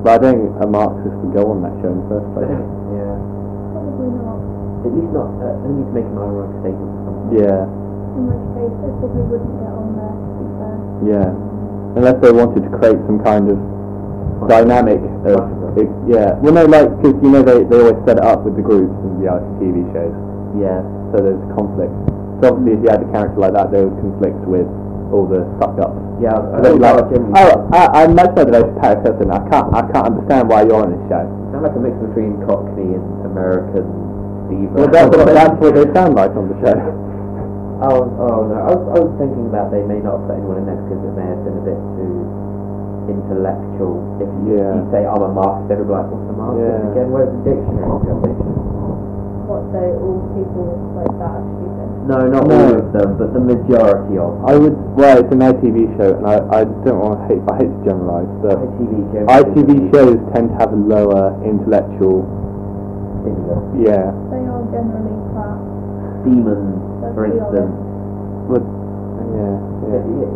Speaker 1: But I don't think a Marxist would go on that show in the first place.
Speaker 2: yeah.
Speaker 4: Probably not.
Speaker 2: At least not. Uh, they need to make an ironic statement. or something.
Speaker 1: Yeah,
Speaker 4: In which case, they probably wouldn't get on there, to be fair.
Speaker 1: yeah. Unless they wanted to create some kind of dynamic of, it, yeah well no like because you know they, they always set it up with the groups and reality TV shows
Speaker 2: Yeah.
Speaker 1: so there's conflict so obviously if you had a character like that they would conflict with all the suck ups
Speaker 2: Yeah. I
Speaker 1: they'd be
Speaker 2: don't like
Speaker 1: like
Speaker 2: Jim.
Speaker 1: oh I, I'm much better than Paris Hilton I can't I can't understand why you're on this show
Speaker 2: sound like a mix between Cockney and American diva.
Speaker 1: well that's what, that's what they sound like on the show
Speaker 2: Oh, oh no. I was, I was thinking that they may not have put anyone in there because it may have been a bit too intellectual. If you,
Speaker 1: Yeah.
Speaker 2: you say I'm a Marxist, everyone like, what's a Marxist
Speaker 1: Yeah.
Speaker 2: again? Where's the dictionary? Do you have a dictionary?
Speaker 3: What, so all people like that are stupid.
Speaker 2: No, not
Speaker 1: No.
Speaker 2: all of them, but the majority of.
Speaker 1: I would well it's an ITV show and I, I don't want to hate I hate to generalise but
Speaker 2: ITV shows.
Speaker 1: ITV shows tend to have a lower intellectual
Speaker 2: Stimulus.
Speaker 1: yeah
Speaker 4: They are generally crap.
Speaker 2: Demons,
Speaker 4: Let's
Speaker 2: for
Speaker 4: be
Speaker 2: instance.
Speaker 1: but yeah, yeah.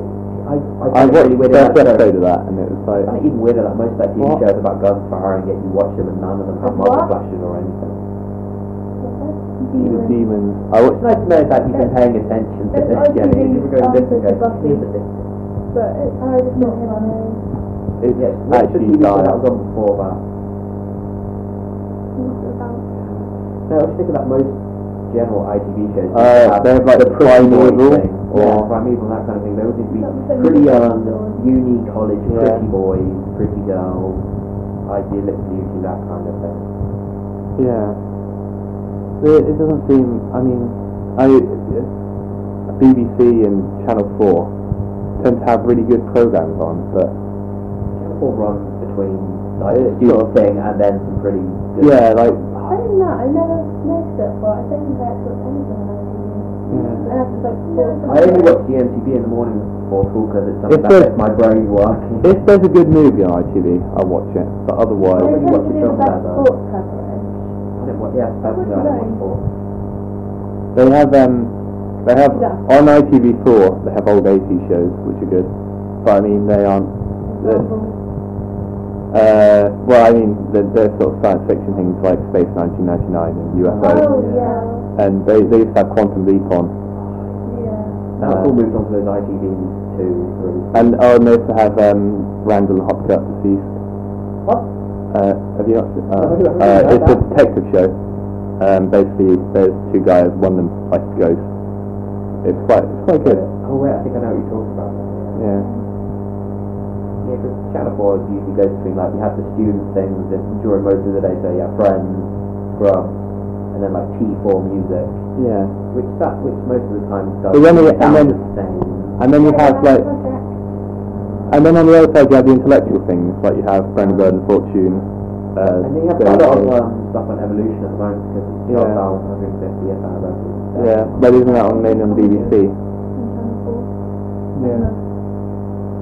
Speaker 2: I I,
Speaker 1: I
Speaker 2: I, find it
Speaker 1: watched
Speaker 2: really
Speaker 1: the
Speaker 2: weird in
Speaker 1: first
Speaker 2: that show.
Speaker 1: episode of that, and it was
Speaker 2: I
Speaker 1: like,
Speaker 2: find it even weirder that most of that TV
Speaker 1: What?
Speaker 2: shows about guns firing, yet you watch them and none of them have
Speaker 4: What?
Speaker 2: muzzle flashes or anything.
Speaker 1: the
Speaker 4: Demon.
Speaker 1: demons. I watched
Speaker 2: It's nice to know that you've been paying attention to
Speaker 4: There's
Speaker 2: this,
Speaker 4: ITV
Speaker 2: Jenny. You were going this
Speaker 4: answers to
Speaker 2: way.
Speaker 4: Buffy. But it, I just not him on it.
Speaker 1: it's
Speaker 2: Yes, that's the
Speaker 1: actually
Speaker 2: TV show that
Speaker 1: dire.
Speaker 2: was on before that. No, I was thinking about most general ITV shows.
Speaker 1: Uh,
Speaker 2: have
Speaker 1: they have, like, the primeval
Speaker 2: thing,
Speaker 1: or-
Speaker 2: yeah, primeval and that kind of thing. They all seem to be
Speaker 4: That was so
Speaker 2: pretty
Speaker 4: many
Speaker 2: young,
Speaker 4: different
Speaker 2: uni, college,
Speaker 1: Yeah.
Speaker 2: pretty boys, pretty girls, idyllic beauty, that kind of thing.
Speaker 1: Yeah. It, it doesn't seem. I mean, I BBC and Channel Four tend to have really good programs on, but
Speaker 2: All runs between like the
Speaker 1: It's
Speaker 2: student
Speaker 1: sort of-
Speaker 2: thing and then some pretty good.
Speaker 1: yeah, like
Speaker 4: I didn't know. I never noticed it before. I don't think I actually watched anything on ITV. And I was
Speaker 2: I
Speaker 4: like,
Speaker 2: only watch the MTV in the morning before school because it's something
Speaker 1: It's
Speaker 2: that
Speaker 1: good.
Speaker 2: gets my brain working.
Speaker 1: if there's a good movie on ITV, I will watch it. But
Speaker 4: They
Speaker 1: otherwise,
Speaker 2: Well,
Speaker 4: tend
Speaker 2: watch the
Speaker 4: to do the
Speaker 2: film
Speaker 4: best
Speaker 2: about that.
Speaker 4: sports coverage.
Speaker 2: I don't watch, yeah, that's
Speaker 4: would
Speaker 2: what I don't watch
Speaker 4: know.
Speaker 2: for.
Speaker 1: they have um, they have
Speaker 4: Yeah.
Speaker 1: on ITV Four they have old 80s shows which are good, but I mean they aren't. they're- Uh, well, I mean, they're, they're sort of science fiction things like Space 1999 and UFO,
Speaker 2: yeah.
Speaker 4: Oh, yeah.
Speaker 1: and they, they used to have Quantum Leap on, Uh,
Speaker 4: Yeah.
Speaker 2: Now it's all moved on to those ITV two, three.
Speaker 1: and oh, and they used to have um, Randall Hopkins deceased.
Speaker 2: What?
Speaker 1: Uh, have you not seen? Uh,
Speaker 2: No, I haven't
Speaker 1: uh,
Speaker 2: heard
Speaker 1: it's a
Speaker 2: that.
Speaker 1: detective show. Um, basically, there's two guys. One of them's like a ghost. It's quite, it's quite good.
Speaker 2: Oh wait, I think I know what you're talking about. now,
Speaker 1: Yeah.
Speaker 2: Yeah, because Channel 4 usually goes between, like, you have the student things and during most of the day, so you have Friends, Scrubs, and then, like, T4 music,
Speaker 1: Yeah.
Speaker 2: which that, which most of the time does
Speaker 1: But then we- and
Speaker 2: sound
Speaker 1: then-
Speaker 2: the same.
Speaker 1: And then you have like, and then on the other side you have the intellectual things. Like you have Brandon Bird and Fortune. Uh,
Speaker 2: And then you have
Speaker 1: Bill
Speaker 2: quite a lot of
Speaker 1: Gates.
Speaker 2: um, stuff on evolution at the moment, because it's
Speaker 1: Yeah.
Speaker 2: yeah. 150th anniversary. so-
Speaker 1: yeah, but isn't that on mainly on BBC?
Speaker 4: On Channel 4.
Speaker 1: Yeah.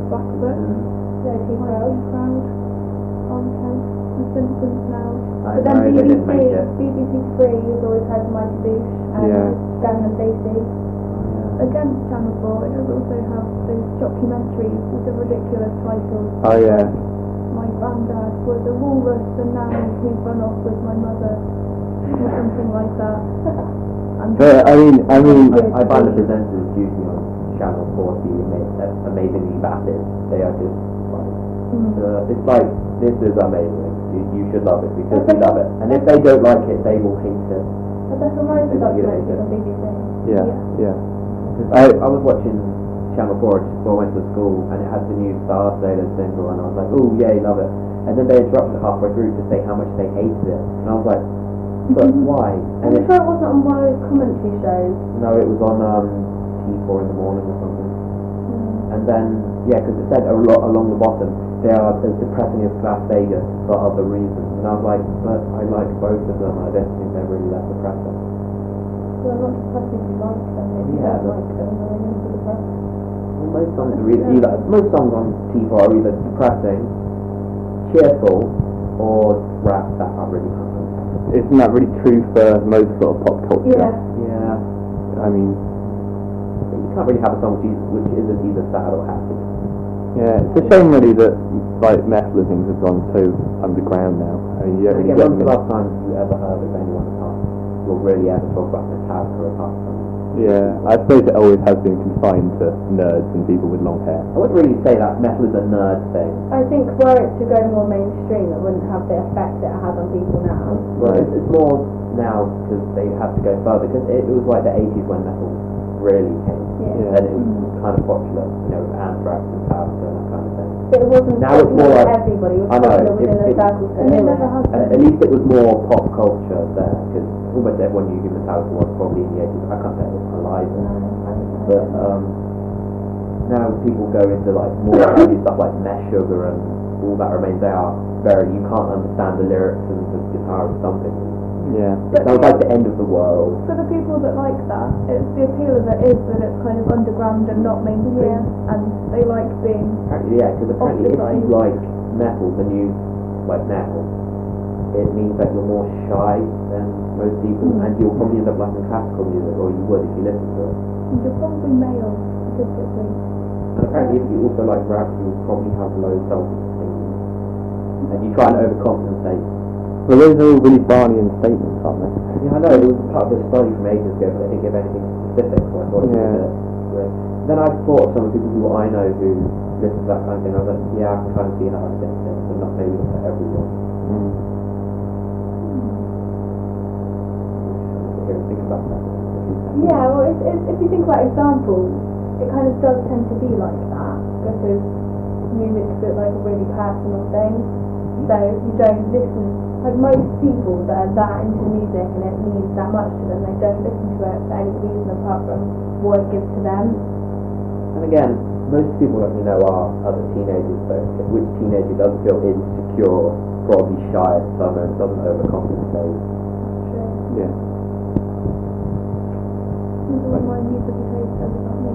Speaker 4: Back of it.
Speaker 2: Mm.
Speaker 4: Dirty Crowd. Crowd. On 10. The Simpsons now.
Speaker 2: I
Speaker 4: But then
Speaker 2: know, they
Speaker 4: BBC,
Speaker 2: didn't make it.
Speaker 4: BBC Three has always had Mighty Boosh and
Speaker 1: Yeah.
Speaker 4: Gangnam Daisy. Again, Channel Four. It does also have those documentaries with the ridiculous titles.
Speaker 1: Oh yeah.
Speaker 4: My granddad was a walrus, and now he's run off with my mother, or something like that. And
Speaker 1: But I mean, I mean,
Speaker 2: I, I find the presenters usually on Channel 4 to be ama- uh, amazingly battered. They are just like,
Speaker 4: Mm.
Speaker 2: uh, it's like, this is amazing. You, you should love it because we love it. And if they don't like it, they will hate it.
Speaker 3: But the Horizon
Speaker 2: Thank you,
Speaker 3: documentary
Speaker 2: Nathan.
Speaker 3: on BBC.
Speaker 1: yeah, yeah.
Speaker 2: 'Cause I, I was watching Channel 4 just before I went to school and it had the new Star Sailor single and I was like, oh yay, love it. And then they interrupted halfway through to say how much they hated it. And I was like, but why? And
Speaker 3: I'm
Speaker 2: it,
Speaker 3: sure it wasn't on one of those commentary shows.
Speaker 2: No, it was on um, T4 in the morning or something.
Speaker 4: Hmm,
Speaker 2: And then, yeah, because it said a lot along the bottom, they are as depressing as Las Vegas for other reasons. And I was like, but I like both of them, and I don't think they're really that depressing.
Speaker 3: Well, I'm not surprised if you like them. If you
Speaker 2: Yeah,
Speaker 3: don't
Speaker 2: but-
Speaker 3: like them, then you're into the press.
Speaker 2: Most songs are either, either most songs on T4 are either depressing, cheerful, or rap that are really happy.
Speaker 1: Isn't that really true for most sort of pop culture?
Speaker 3: Yeah.
Speaker 2: Yeah,
Speaker 1: I mean,
Speaker 2: you can't really have a song which is- which isn't either sad or happy.
Speaker 1: Yeah, it's a shame really that like metal and things have gone so underground now. I mean, you don't really
Speaker 2: Again, when's
Speaker 1: get them.
Speaker 2: the last time you ever heard of anyone apart will really ever talk about Metallica apart from
Speaker 1: Yeah, I suppose it always has been confined to nerds and people with long hair.
Speaker 2: I wouldn't really say that metal is a nerd thing.
Speaker 3: I think were it to go more mainstream, it wouldn't have the effect that it has on people now.
Speaker 2: Well, it's, it's more now because they have to go further because it, it was like the 80s when metal really came.
Speaker 1: Yeah.
Speaker 2: And it was kind of popular, you know, with anthrax and Metallica and that kind of thing.
Speaker 3: But it wasn't
Speaker 2: Now it's more
Speaker 3: popular
Speaker 2: like-
Speaker 3: to everybody. It was
Speaker 2: I know,
Speaker 3: popular
Speaker 2: it-
Speaker 3: within the
Speaker 2: it-
Speaker 3: circles that
Speaker 2: and it
Speaker 3: they were
Speaker 4: never has
Speaker 2: And at least it was more pop culture there because almost everyone knew who Metallica was probably in the 80s. I can't say it was alive then. But um, now people go into like more heavy stuff like Mesh Sugar and all that remains. They are very, you can't understand the lyrics and the guitar is thumping.
Speaker 1: Yeah,
Speaker 2: It sounds like the end of the world.
Speaker 4: For the people that like that, it's the appeal of it is that it's kind of underground and not mainstream, and they like being
Speaker 2: Apparently, yeah, because apparently if you
Speaker 4: Ostracized.
Speaker 2: like metal than you like metal, it means that you're more shy than most people and you'll probably end up liking classical music, or you would if you listen to it.
Speaker 4: you're probably male statistically.
Speaker 2: I And apparently, if you also like rap, you will probably have low self-esteem. And you try and overcompensate.
Speaker 1: Well, those are all really Barney statements, aren't they?
Speaker 2: Yeah, I know. It was part of the study from ages ago, but they didn't give anything specific, so I thought it was a
Speaker 1: Yeah.
Speaker 2: bit weird. Then I thought some of the people who I know who listen to that kind of thing, I was like, yeah, I can kind of see how it fits in, but not maybe not for everyone.
Speaker 3: Mm.
Speaker 2: Here, think about that.
Speaker 3: Yeah, well, if, if, if you think about examples, it kind of does tend to be like that because music's a bit like a really personal thing. So you don't listen. Like most people that are that into music and it means that much to them, they don't listen to it for any reason apart from what it gives to them.
Speaker 2: And again, most people that we know are other teenagers, so which teenager doesn't feel insecure, probably shy at some and doesn't overcompensate.
Speaker 3: True.
Speaker 1: Yeah.
Speaker 3: Right. My music taste says about me.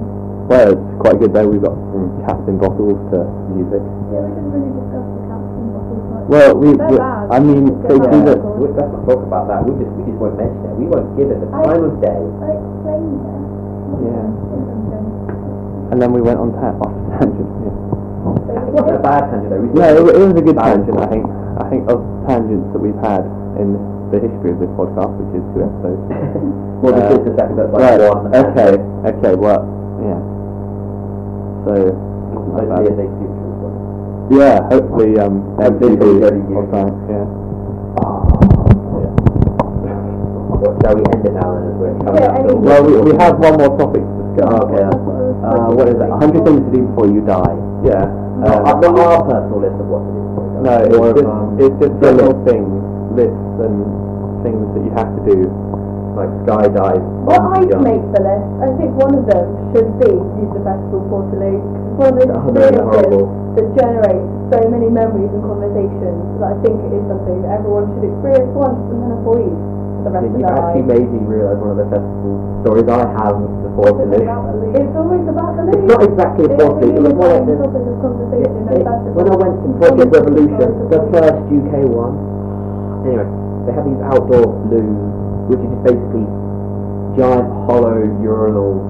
Speaker 1: Well, it's quite good though. We've got from cats in bottles to music.
Speaker 3: Yeah, we didn't really discuss the captain bottles much.
Speaker 1: Well, we.
Speaker 3: They're
Speaker 1: we-
Speaker 3: bad.
Speaker 1: I mean, so
Speaker 3: They're
Speaker 1: these
Speaker 3: bad.
Speaker 1: are.
Speaker 2: We, let's not talk about that. We just we just won't mention it. We won't give it the
Speaker 3: I-
Speaker 2: time of day.
Speaker 3: I explained it.
Speaker 1: Yeah.
Speaker 3: Yeah.
Speaker 1: And then we went on tap off tangent. Yeah.
Speaker 2: It wasn't a bad tangent though. We
Speaker 1: No, it, wa- it was a good
Speaker 2: Bad.
Speaker 1: tangent. I think. I think of tangents that we've had in the history of this podcast, which is two episodes.
Speaker 2: well, this
Speaker 1: uh,
Speaker 2: is the second. That's like one.
Speaker 1: Okay. Okay. Well. Yeah. So. not bad.
Speaker 2: Hopefully, if they do choose one.
Speaker 1: Yeah. Hopefully. Um.
Speaker 2: Hopefully
Speaker 1: MTV
Speaker 2: they'll be
Speaker 1: or something, Yeah.
Speaker 2: Well, Ah. shall we end it now then? As we're coming
Speaker 3: Yeah,
Speaker 2: up
Speaker 3: I
Speaker 2: to
Speaker 3: mean-
Speaker 1: Well, we, we have one more topic to discuss.
Speaker 2: Oh, okay.
Speaker 3: That's what I was
Speaker 2: Uh, what is it? A hundred things to do before you die.
Speaker 1: Yeah.
Speaker 2: Uh,
Speaker 1: um,
Speaker 2: not our personal list of what to do. before we die.
Speaker 1: No, it's
Speaker 2: More of,
Speaker 1: just,
Speaker 2: um,
Speaker 1: it's just
Speaker 2: yeah,
Speaker 1: general things, lists and things that you have to do.
Speaker 2: like skydive.
Speaker 4: What
Speaker 2: bungee
Speaker 4: I'd
Speaker 2: jump.
Speaker 4: make the list, I think one of them should be use the festival portalogue. It's one of those
Speaker 2: Oh, they're horrible.
Speaker 4: experiences that generates so many memories and conversations that I think it is something that everyone should experience once and then avoid for the rest
Speaker 2: Yeah,
Speaker 4: of
Speaker 2: you
Speaker 4: their
Speaker 2: actually
Speaker 4: life.
Speaker 2: made me realise one of the festival stories I have before to
Speaker 3: It's
Speaker 2: live.
Speaker 3: about the loop.
Speaker 4: It's always about the
Speaker 2: It's
Speaker 4: loop.
Speaker 2: not exactly a
Speaker 3: It's
Speaker 2: forty, it
Speaker 3: really
Speaker 2: was
Speaker 3: the
Speaker 2: more like
Speaker 3: same
Speaker 2: this.
Speaker 3: topic of
Speaker 2: Yeah,
Speaker 3: conversation as
Speaker 2: it-
Speaker 3: festival.
Speaker 2: When I went to Project Revolution, the first UK one, anyway, they have these outdoor loos, which are just basically giant hollow urinals,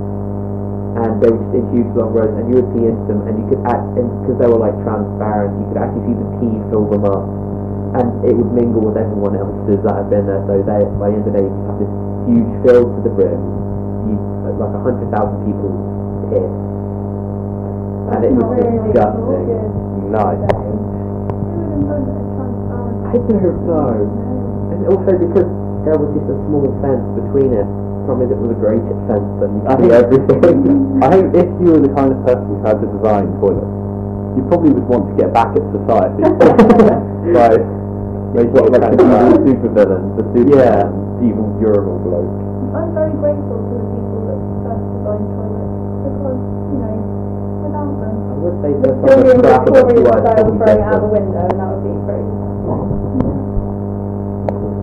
Speaker 2: and they were just in huge long rows, and you would pee into them, and you could act, because they were like transparent, you could actually see the pee fill them up, and it would mingle with everyone else's that had been there, so they, by the end of the day, you have this huge fill to the brim, you, like 100,000 people pissed, and it was
Speaker 3: Not really
Speaker 2: disgusting.
Speaker 3: good.
Speaker 1: Nice.
Speaker 3: Who would have done that transparent?
Speaker 2: I don't know. And also because there was just a small fence between us, probably that was a grated fence and you
Speaker 1: I
Speaker 2: could see
Speaker 1: think-
Speaker 2: everything.
Speaker 1: I think if you were the kind of person who had to design toilets, you probably would want to get back at society by making
Speaker 2: What,
Speaker 1: it
Speaker 2: like the
Speaker 1: transparent.
Speaker 2: evil supervillain, the super
Speaker 1: Yeah.
Speaker 2: evil urinal bloke.
Speaker 3: um, I'm very grateful to the people that first designed toilets because, you know, without them,
Speaker 2: I would say that's not
Speaker 4: Julian
Speaker 2: a crap about
Speaker 4: Victoria's
Speaker 2: you, I'd
Speaker 4: style
Speaker 2: probably
Speaker 4: throwing
Speaker 2: get
Speaker 4: it out the
Speaker 2: one.
Speaker 4: window and that would be very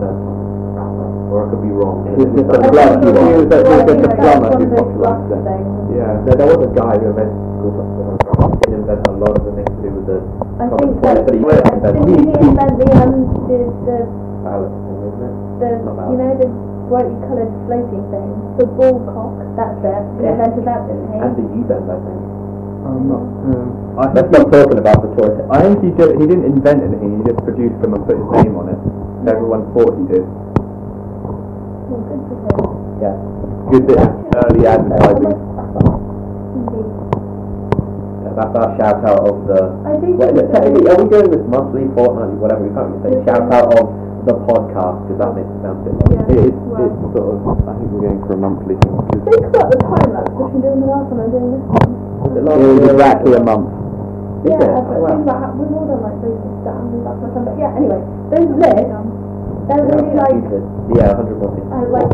Speaker 2: Or I could be wrong.
Speaker 1: He's just a
Speaker 2: I think
Speaker 1: plumber.
Speaker 2: you
Speaker 1: He was a, he was just a plumber who
Speaker 2: are.
Speaker 4: That's one of those
Speaker 1: popularised
Speaker 4: last
Speaker 1: it.
Speaker 4: things.
Speaker 1: Yeah.
Speaker 2: No, there was a guy who invented school toilets. He invented a lot of the things to do with the
Speaker 4: I
Speaker 2: public
Speaker 4: think
Speaker 2: toilet,
Speaker 4: that
Speaker 2: but he
Speaker 4: didn't
Speaker 2: invented
Speaker 4: he invent the um the the,
Speaker 2: ballast, isn't it?
Speaker 4: the
Speaker 2: Not bad.
Speaker 4: you know the brightly coloured floating thing?
Speaker 3: the ball cock.
Speaker 4: That's it. He
Speaker 2: Yeah.
Speaker 4: invented that, didn't he?
Speaker 2: And the U-bend, I think.
Speaker 1: I'm not, um, I
Speaker 2: Let's
Speaker 1: think,
Speaker 2: not talking about the toilet.
Speaker 1: I think he, did, he didn't invent anything, he just produced them and put his name on it. Everyone thought he did.
Speaker 4: Oh,
Speaker 3: Well, good for him.
Speaker 2: Yeah.
Speaker 1: Good bit of early advertising.
Speaker 3: Indeed.
Speaker 2: Yeah, That's our shout out of the.
Speaker 3: I do
Speaker 2: Wait,
Speaker 3: think
Speaker 2: look,
Speaker 3: that
Speaker 2: technically, are we doing this monthly, fortnightly, whatever? We can't really say shout out of the podcast because that makes it sound a bit
Speaker 1: It
Speaker 2: like.
Speaker 3: Yeah.
Speaker 1: is, it's sort of, I think we're going for a monthly thing. 'cause
Speaker 3: Think about the time lapse between doing the last one and doing this one.
Speaker 2: Is it like-
Speaker 1: It was exactly a month.
Speaker 2: Is
Speaker 3: Yeah,
Speaker 2: it? Oh,
Speaker 3: but
Speaker 2: Wow.
Speaker 3: think about how we've all done like those exams and that kind of stuff. But yeah, anyway, those lists,
Speaker 4: Lists,
Speaker 3: they're really
Speaker 2: Yeah,
Speaker 3: like,
Speaker 2: Jesus. Yeah, 100 more things.
Speaker 4: I like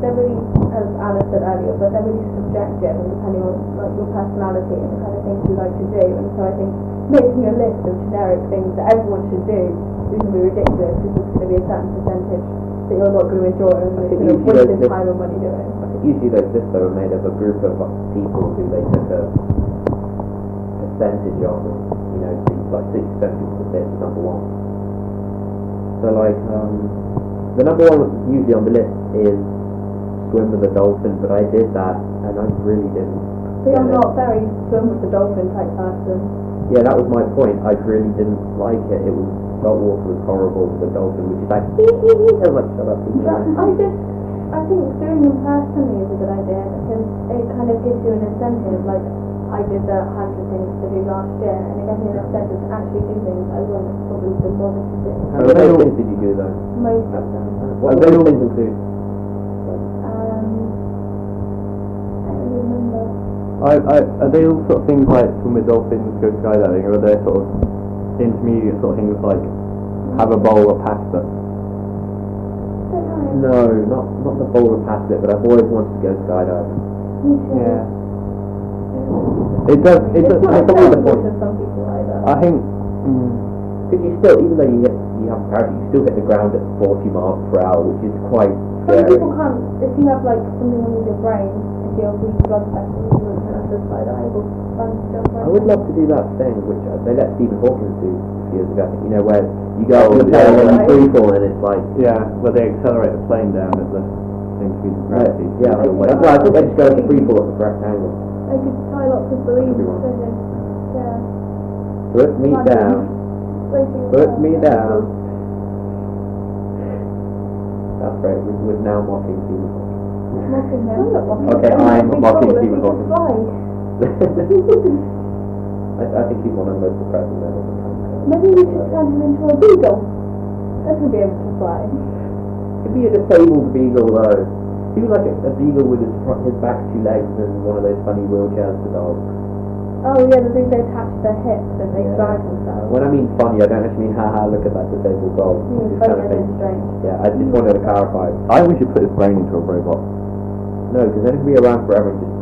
Speaker 4: they're really, as Anna said earlier, but they're really subjective and depending on like your personality and the kind of things you like to do. And so I think making a list of generic things that everyone should do is going to be ridiculous because there's going to be a certain percentage that you're not going to
Speaker 2: I
Speaker 4: enjoy and it's
Speaker 2: think
Speaker 4: going
Speaker 2: usually
Speaker 4: to
Speaker 2: those
Speaker 4: waste your
Speaker 2: lists-
Speaker 4: time and money doing.
Speaker 2: I think Usually those lists though are made of a group of people who they took a percentage of, you know, so you- like 60% people put this as number one. So like, um, the number one usually on the list is swim with a dolphin, but I did that and I really didn't
Speaker 3: But you're not very swim with the dolphin type person.
Speaker 2: Yeah, that was my point. I really didn't like it. It was saltwater was horrible. The dolphin was just like hee hee hee. I was like, shut up. you
Speaker 4: But
Speaker 2: know.
Speaker 4: I just, I think doing them personally is a good idea because it kind of gives you an incentive. Like I did the hundred things to do last year, and it gave me an incentive to actually do things I wouldn't have probably been bothered to do.
Speaker 2: How many things did you do though?
Speaker 4: Most of them.
Speaker 2: What did those things include?
Speaker 4: Um, I don't remember.
Speaker 1: I, I, are they all sort of things like swim with dolphins, go skydiving, or are they sort of intermediate sort of things like have a bowl of pasta?
Speaker 4: Don't know.
Speaker 2: No, not not the boulder past it, but I've always wanted to go skydiving.
Speaker 4: Me too.
Speaker 1: It does. It
Speaker 3: It's
Speaker 1: does.
Speaker 3: not
Speaker 1: I, think-
Speaker 2: the
Speaker 3: available
Speaker 2: point.
Speaker 3: to some people either.
Speaker 1: I think. Mm,
Speaker 2: Because you still, even though you hit, you have a parachute, you still hit the ground at 40 miles per hour, which is quite
Speaker 4: Some
Speaker 2: scary.
Speaker 4: people can't. If you have like something wrong with your brain, if you're weak blood vessels, you wouldn't have to fly the able bungee jump.
Speaker 2: I would love to do that thing which uh, they let Stephen Hawking do a few years ago. I think, You know, where you go up in the
Speaker 1: yeah,
Speaker 2: air and you
Speaker 1: right.
Speaker 2: free fall, and it's like
Speaker 1: yeah, where they accelerate the plane down at the same speed as
Speaker 2: Right,
Speaker 1: gravity.
Speaker 2: yeah, that's why I think they just go to free fall at the correct angle.
Speaker 3: They could tie lots of balloons
Speaker 2: Could be wrong.
Speaker 3: to him. Yeah.
Speaker 2: Put me
Speaker 3: Right.
Speaker 2: down,
Speaker 3: Floating
Speaker 2: put
Speaker 3: around.
Speaker 2: me down. That's right, we, we're now mocking Stephen Hawking.
Speaker 3: Mocking him. I'm not mocking
Speaker 2: Okay,
Speaker 3: him.
Speaker 2: I'm
Speaker 3: He's
Speaker 2: mocking
Speaker 3: old and
Speaker 2: Stephen
Speaker 3: he can
Speaker 2: Hawking.
Speaker 3: fly.
Speaker 2: I, I think he's one of the most depressing men on the planet.
Speaker 3: Maybe we should turn him into a beagle. That would be able to fly.
Speaker 2: Could be a disabled beagle though. He was like a, a beagle with his, front, his back two legs and one of those funny wheelchairs for dogs.
Speaker 4: Oh yeah, the thing they attach their hips and they
Speaker 2: Yeah.
Speaker 4: drag themselves.
Speaker 2: When I mean funny, I don't actually mean haha, look at that disabled dog.
Speaker 4: Mm,
Speaker 2: It's
Speaker 4: funny
Speaker 2: kind of
Speaker 4: and
Speaker 2: thing.
Speaker 4: then strange.
Speaker 2: Yeah, I just wanted to clarify.
Speaker 1: I think we should put his brain into a robot.
Speaker 2: No, because then it'd be around forever and just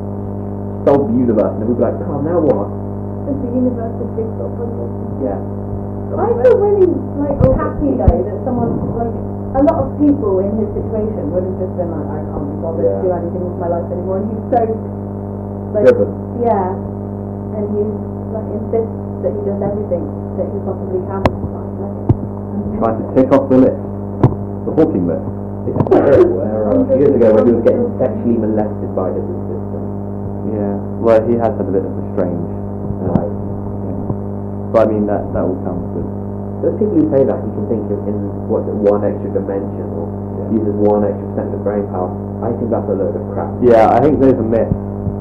Speaker 2: solve the universe, and then we'd be like, oh, now what?
Speaker 3: It's the universe of jigsaw puzzles.
Speaker 2: Yeah.
Speaker 4: I feel really like happy though that someone like a lot of people in his situation would have just been like, I can't be bothered
Speaker 2: Yeah.
Speaker 4: to do anything with my life anymore, and he's so like
Speaker 2: Driven.
Speaker 4: yeah, and he's like insists that he does everything that he possibly can. with his life, like,
Speaker 1: Trying to tick off the list, the Hawking list.
Speaker 2: It's terrible. There are years ago when he was getting sexually molested by his assistant.
Speaker 1: Yeah. Well, he has had a bit of a strange life. Yeah. But I mean, that that all comes with.
Speaker 2: Those people who say that, you can think of in what's it, one extra dimension or uses one extra percent of brain power. I think that's a load of crap.
Speaker 1: Yeah, I think there's a myth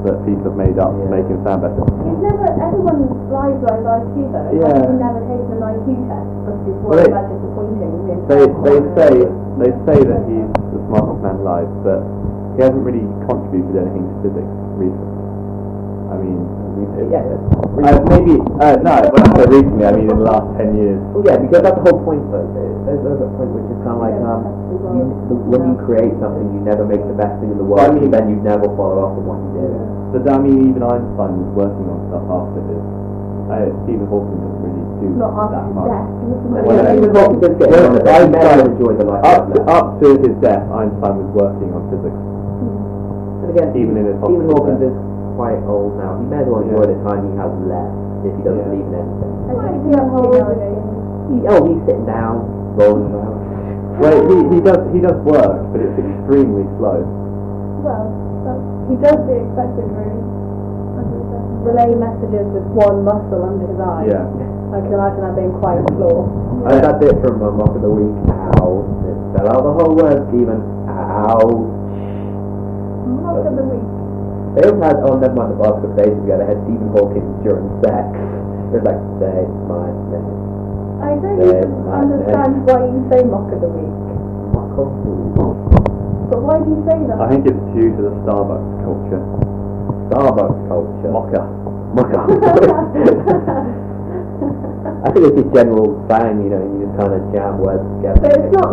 Speaker 1: that people have made up to
Speaker 2: Yeah.
Speaker 1: make him sound better.
Speaker 4: He's never. Everyone lies about his IQ though. Like,
Speaker 1: Yeah.
Speaker 4: he's never taken an IQ test because he's
Speaker 1: Well,
Speaker 4: worried
Speaker 1: it-
Speaker 4: about disappointing the
Speaker 1: They
Speaker 4: entire
Speaker 1: they
Speaker 4: world.
Speaker 1: say they say that he's the smartest man alive, but he hasn't really contributed anything to physics recently. I mean,
Speaker 2: Yeah.
Speaker 1: uh, maybe uh, no, when I say recently, I mean in the last ten years.
Speaker 2: Well, yeah, because that's the whole point, though. There's there's a point which is kind of like um, you, the, when you create something, you never make the best thing in the world,
Speaker 1: I mean-
Speaker 2: and then you never follow up on what you did.
Speaker 1: But I mean, even Einstein was working on stuff after his. Uh, Stephen Hawking didn't really do
Speaker 4: Not after
Speaker 1: that
Speaker 4: his
Speaker 1: much.
Speaker 4: death. He was
Speaker 2: And
Speaker 4: like-
Speaker 1: Yeah.
Speaker 2: even Hawking did get
Speaker 1: Well,
Speaker 2: it, but he never
Speaker 1: Einstein-
Speaker 2: enjoyed the life.
Speaker 1: Up
Speaker 2: he
Speaker 1: to,
Speaker 2: led.
Speaker 1: up to his death, Einstein was working on physics.
Speaker 2: And again,
Speaker 1: even in his
Speaker 2: Stephen
Speaker 1: hospital
Speaker 2: Hawking
Speaker 1: bed.
Speaker 2: is quite old now. He may as well enjoy the time he has left if he doesn't
Speaker 1: Yeah.
Speaker 2: believe in anything.
Speaker 4: I think he's up to nowadays.
Speaker 2: He, oh, he's sitting down, rolling around.
Speaker 1: Well, he, he does he does work, but it's extremely slow.
Speaker 3: Well, that's, he does the expected really.
Speaker 4: Relay messages with one muscle under his eye.
Speaker 1: Yeah.
Speaker 4: I can imagine that being quite a flaw.
Speaker 2: And that's it from uh, Mock of the Week. Ow. It spell out the whole word, Stephen. Ow.
Speaker 3: Mock of the week.
Speaker 2: They also had, oh, never mind the last couple of days ago, they had Stephen Hawking during sex. It was like, say my name.
Speaker 4: I don't
Speaker 2: Yeah,
Speaker 4: even
Speaker 2: right,
Speaker 4: understand why you say mock of the week.
Speaker 2: Mock of the Week.
Speaker 4: But why do you say that?
Speaker 1: I think it's due to the Starbucks culture.
Speaker 2: Starbucks culture.
Speaker 1: Mocha.
Speaker 2: Mocha. I think it's just general bang, you know, you just kind of jam words together.
Speaker 4: But it's not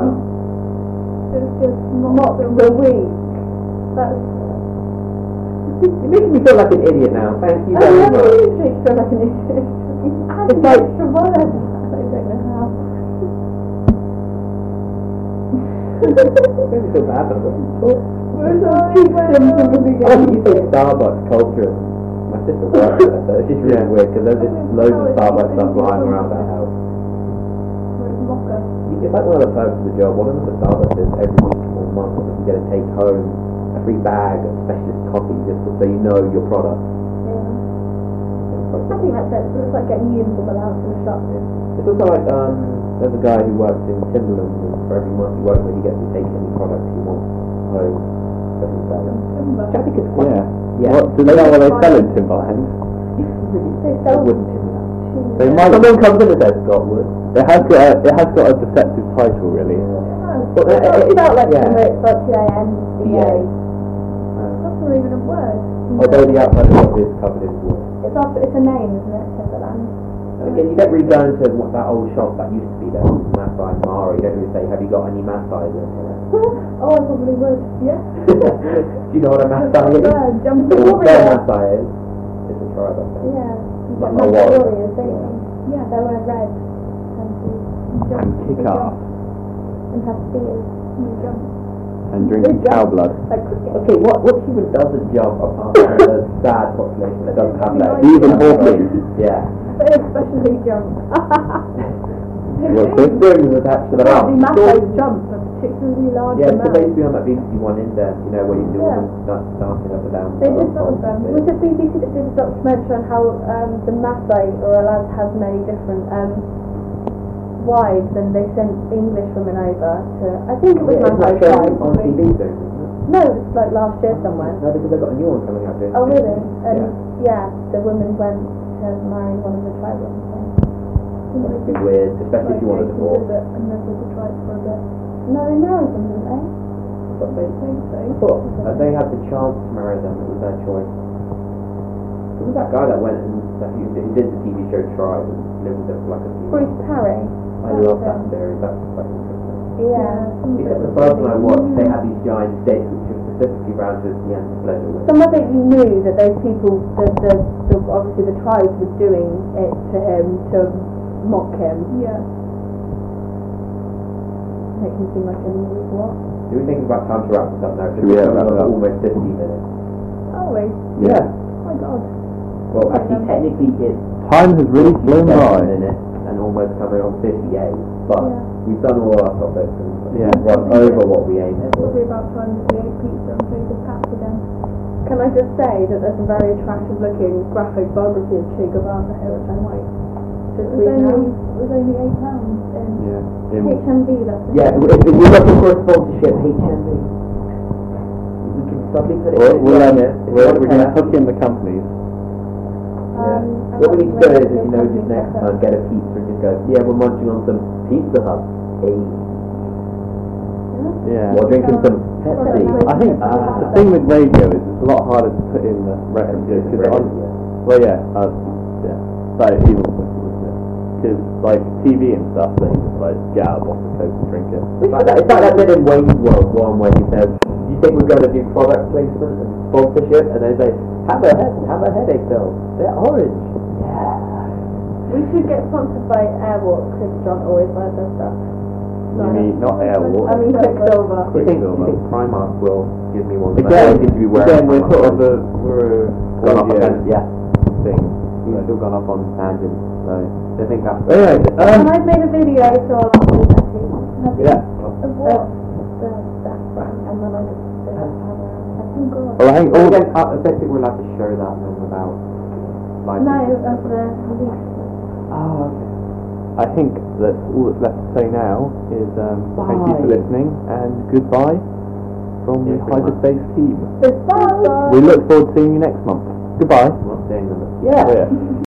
Speaker 3: It's just
Speaker 4: mock
Speaker 3: mock
Speaker 4: of
Speaker 3: of
Speaker 4: the week. That's
Speaker 2: You're making me feel like an idiot now. Thank you
Speaker 4: I
Speaker 2: very
Speaker 4: never
Speaker 2: much.
Speaker 4: usually feel like an idiot.
Speaker 2: It's
Speaker 4: It's
Speaker 2: like-
Speaker 4: like extra word. I don't know how.
Speaker 2: It made me feel bad about it.
Speaker 4: We're sorry, we're
Speaker 2: I like that you say Starbucks culture. My sister works there, so it's just really
Speaker 1: Yeah.
Speaker 2: weird because there's just loads of Starbucks stuff lying around our house.
Speaker 3: mocker.
Speaker 2: It's like one of the perks of the job. One of the Starbucks is every week or month you get to take home a free bag of specialist coffee just so you know your product.
Speaker 3: think that's it. It's like getting a uniform allowance in a shop.
Speaker 2: It's also like um, there's a guy who works in Timberland, and for every month he works there, he gets to take any product he wants home for himself.
Speaker 4: Timber.
Speaker 2: Which I think is quite
Speaker 1: Yeah.
Speaker 2: Yeah.
Speaker 1: What, do they know what they sell in Timberland?
Speaker 2: I
Speaker 4: They sell
Speaker 2: wouldn't Timberland.
Speaker 4: cheese.
Speaker 1: They might.
Speaker 2: Someone comes in and says Scotwood.
Speaker 1: It has got. A, it has got a deceptive title, really.
Speaker 4: No,
Speaker 2: But
Speaker 3: It's not spelled like
Speaker 2: yeah.
Speaker 3: Timber, it's spelled T-I-M-B-A.
Speaker 4: that's not even a word.
Speaker 2: Although the outside of it is covered in wood.
Speaker 3: It's, off, it's a name, isn't it, Timberland?
Speaker 2: And again, you don't really go into what that old shop that used to be there, Masai Mara. You don't really say, have you got any Masai in here?
Speaker 4: Oh, I probably would. Yeah.
Speaker 2: Do you know what a Masai is?
Speaker 4: Yeah, jump
Speaker 2: Well,
Speaker 4: over
Speaker 2: what a Masai is, it's a tribe, I think.
Speaker 3: Yeah. You've
Speaker 2: Like
Speaker 3: got
Speaker 2: a
Speaker 3: Mount
Speaker 2: warrior.
Speaker 3: Warriors, don't you?
Speaker 4: Yeah.
Speaker 3: They wear red. And, you
Speaker 1: And kick ass
Speaker 3: and have spears.
Speaker 4: You jump.
Speaker 1: and drinking
Speaker 2: Good
Speaker 1: cow
Speaker 2: job.
Speaker 1: blood.
Speaker 4: Like cricket.
Speaker 2: Okay, what, what human doesn't jump apart from the sad population that doesn't have legs?
Speaker 1: Even Hawking.
Speaker 2: Yeah.
Speaker 4: They especially jump.
Speaker 1: Well,
Speaker 2: Big wings attached to the
Speaker 4: The
Speaker 2: mouth.
Speaker 4: Masai jump a particularly large
Speaker 2: Yeah, it's
Speaker 4: amount.
Speaker 2: based on that BBC One in there, you know, where you do all the nuts dancing up and down.
Speaker 4: They did that with them.
Speaker 3: Was it BBC that did a documentary on how um, the Masai are allowed to have many different um, wives and they sent English women over to, I think it was
Speaker 2: Yeah, it's
Speaker 3: Masai
Speaker 2: like showing
Speaker 3: wives.
Speaker 2: on TV
Speaker 3: maybe.
Speaker 2: soon, isn't
Speaker 3: No, it was like last year
Speaker 2: it?
Speaker 3: somewhere.
Speaker 2: No, because they've got a new one coming out.
Speaker 3: Oh really? And
Speaker 2: yeah.
Speaker 3: yeah, the women went to marry one of the tribal things.
Speaker 2: That would be weird, especially if you want a divorce.
Speaker 4: And then with the tribe for a bit.
Speaker 3: No, eh? they married them, didn't they?
Speaker 2: But they,
Speaker 4: I think so.
Speaker 2: but uh, they had the chance to marry them. It was their choice. It was that guy that went and that who who did the TV show Tribe and lived with them for like a few.
Speaker 3: Bruce Parry.
Speaker 2: I love that series. That's quite interesting.
Speaker 3: Yeah.
Speaker 2: It's the first one I watched. They had these giant dates which were specifically round to the end of pleasure. With.
Speaker 3: Some of it you knew that those people, the, the, the obviously the tribes were doing it to him to mock him,
Speaker 4: Yeah.
Speaker 3: make him seem like a new what?
Speaker 2: Do we think it's about time to wrap this up now?
Speaker 1: Should we, uh, wrap it up?
Speaker 2: Almost 50 minutes.
Speaker 4: Oh wait.
Speaker 1: Yeah.
Speaker 4: My God.
Speaker 2: Well, actually, technically it's
Speaker 1: Time has really flown
Speaker 2: 57
Speaker 1: by.
Speaker 2: minutes and almost coming on 58. But we've done all our topics and
Speaker 1: Yeah.
Speaker 2: we've run over what we aimed
Speaker 4: It'll
Speaker 2: for.
Speaker 4: be about time that we ate pizza and played the cats again.
Speaker 3: Can I just say that there's a very attractive looking graphic biography of Che Guevara here, which I might
Speaker 4: It
Speaker 3: just
Speaker 4: was
Speaker 3: read
Speaker 4: only
Speaker 3: now.
Speaker 4: it was only eight pounds in
Speaker 1: Yeah. In-
Speaker 3: HMV, that's
Speaker 2: Yeah, if, if you're looking for a sponsorship, HMV, we can suddenly put it
Speaker 1: We'll,
Speaker 2: in
Speaker 1: we'll, um,
Speaker 2: there. If you
Speaker 1: we'll,
Speaker 2: want
Speaker 1: we're
Speaker 2: to
Speaker 1: going to
Speaker 2: pay us,
Speaker 1: hook in the companies.
Speaker 2: yeah.
Speaker 4: Um,
Speaker 2: What we need to do is, you know, just next time get a pizza and just go, yeah, we're munching on some Pizza Hut. Hey.
Speaker 1: Yeah. Ah.
Speaker 2: We're drinking some Pepsi.
Speaker 1: I think the thing with radio is it's a lot harder to put in the references because on Well, yeah, uh, yeah. But even because like TV and stuff, they just like get out a bottle of coke and drink it.
Speaker 2: It's like that, it's like that bit in Wayne's World one where he says, you think we're going to do product placement and sponsorship? And they say, have a, head, have a headache pill. They're orange.
Speaker 3: We should get sponsored by Airwalk, because John always wears their stuff.
Speaker 1: You mean not
Speaker 3: I
Speaker 1: airwalk?
Speaker 3: mean Quicksilver.
Speaker 2: You think, you
Speaker 1: Quicksilver.
Speaker 2: think Primark will give me one?
Speaker 1: Again,
Speaker 2: They seem to be wearing
Speaker 1: again, we're
Speaker 2: Primark.
Speaker 1: sort of a we're uh, a
Speaker 2: Gone off on
Speaker 1: audio
Speaker 2: tangent, yeah.
Speaker 1: thing.
Speaker 2: You've still gone off on tangents, so I think that's
Speaker 1: Anyway, um,
Speaker 3: And I've made a video for all of these actually.
Speaker 1: yeah.
Speaker 3: Of what? The background, and then I just did it. I think all.
Speaker 1: Well, I think all
Speaker 2: Well, again, I I don't think we're allowed to show that then without license.
Speaker 3: No, of
Speaker 4: uh,
Speaker 3: the police.
Speaker 2: Oh, okay.
Speaker 1: I think that's all that's left to say now is um, thank you for
Speaker 2: Bye.
Speaker 1: listening and goodbye from the
Speaker 2: Yeah, pretty much.
Speaker 1: hyperspace team.
Speaker 3: Goodbye.
Speaker 1: We look forward to seeing you next month. Goodbye. Oh,
Speaker 2: I'm not saying that.
Speaker 1: Yeah.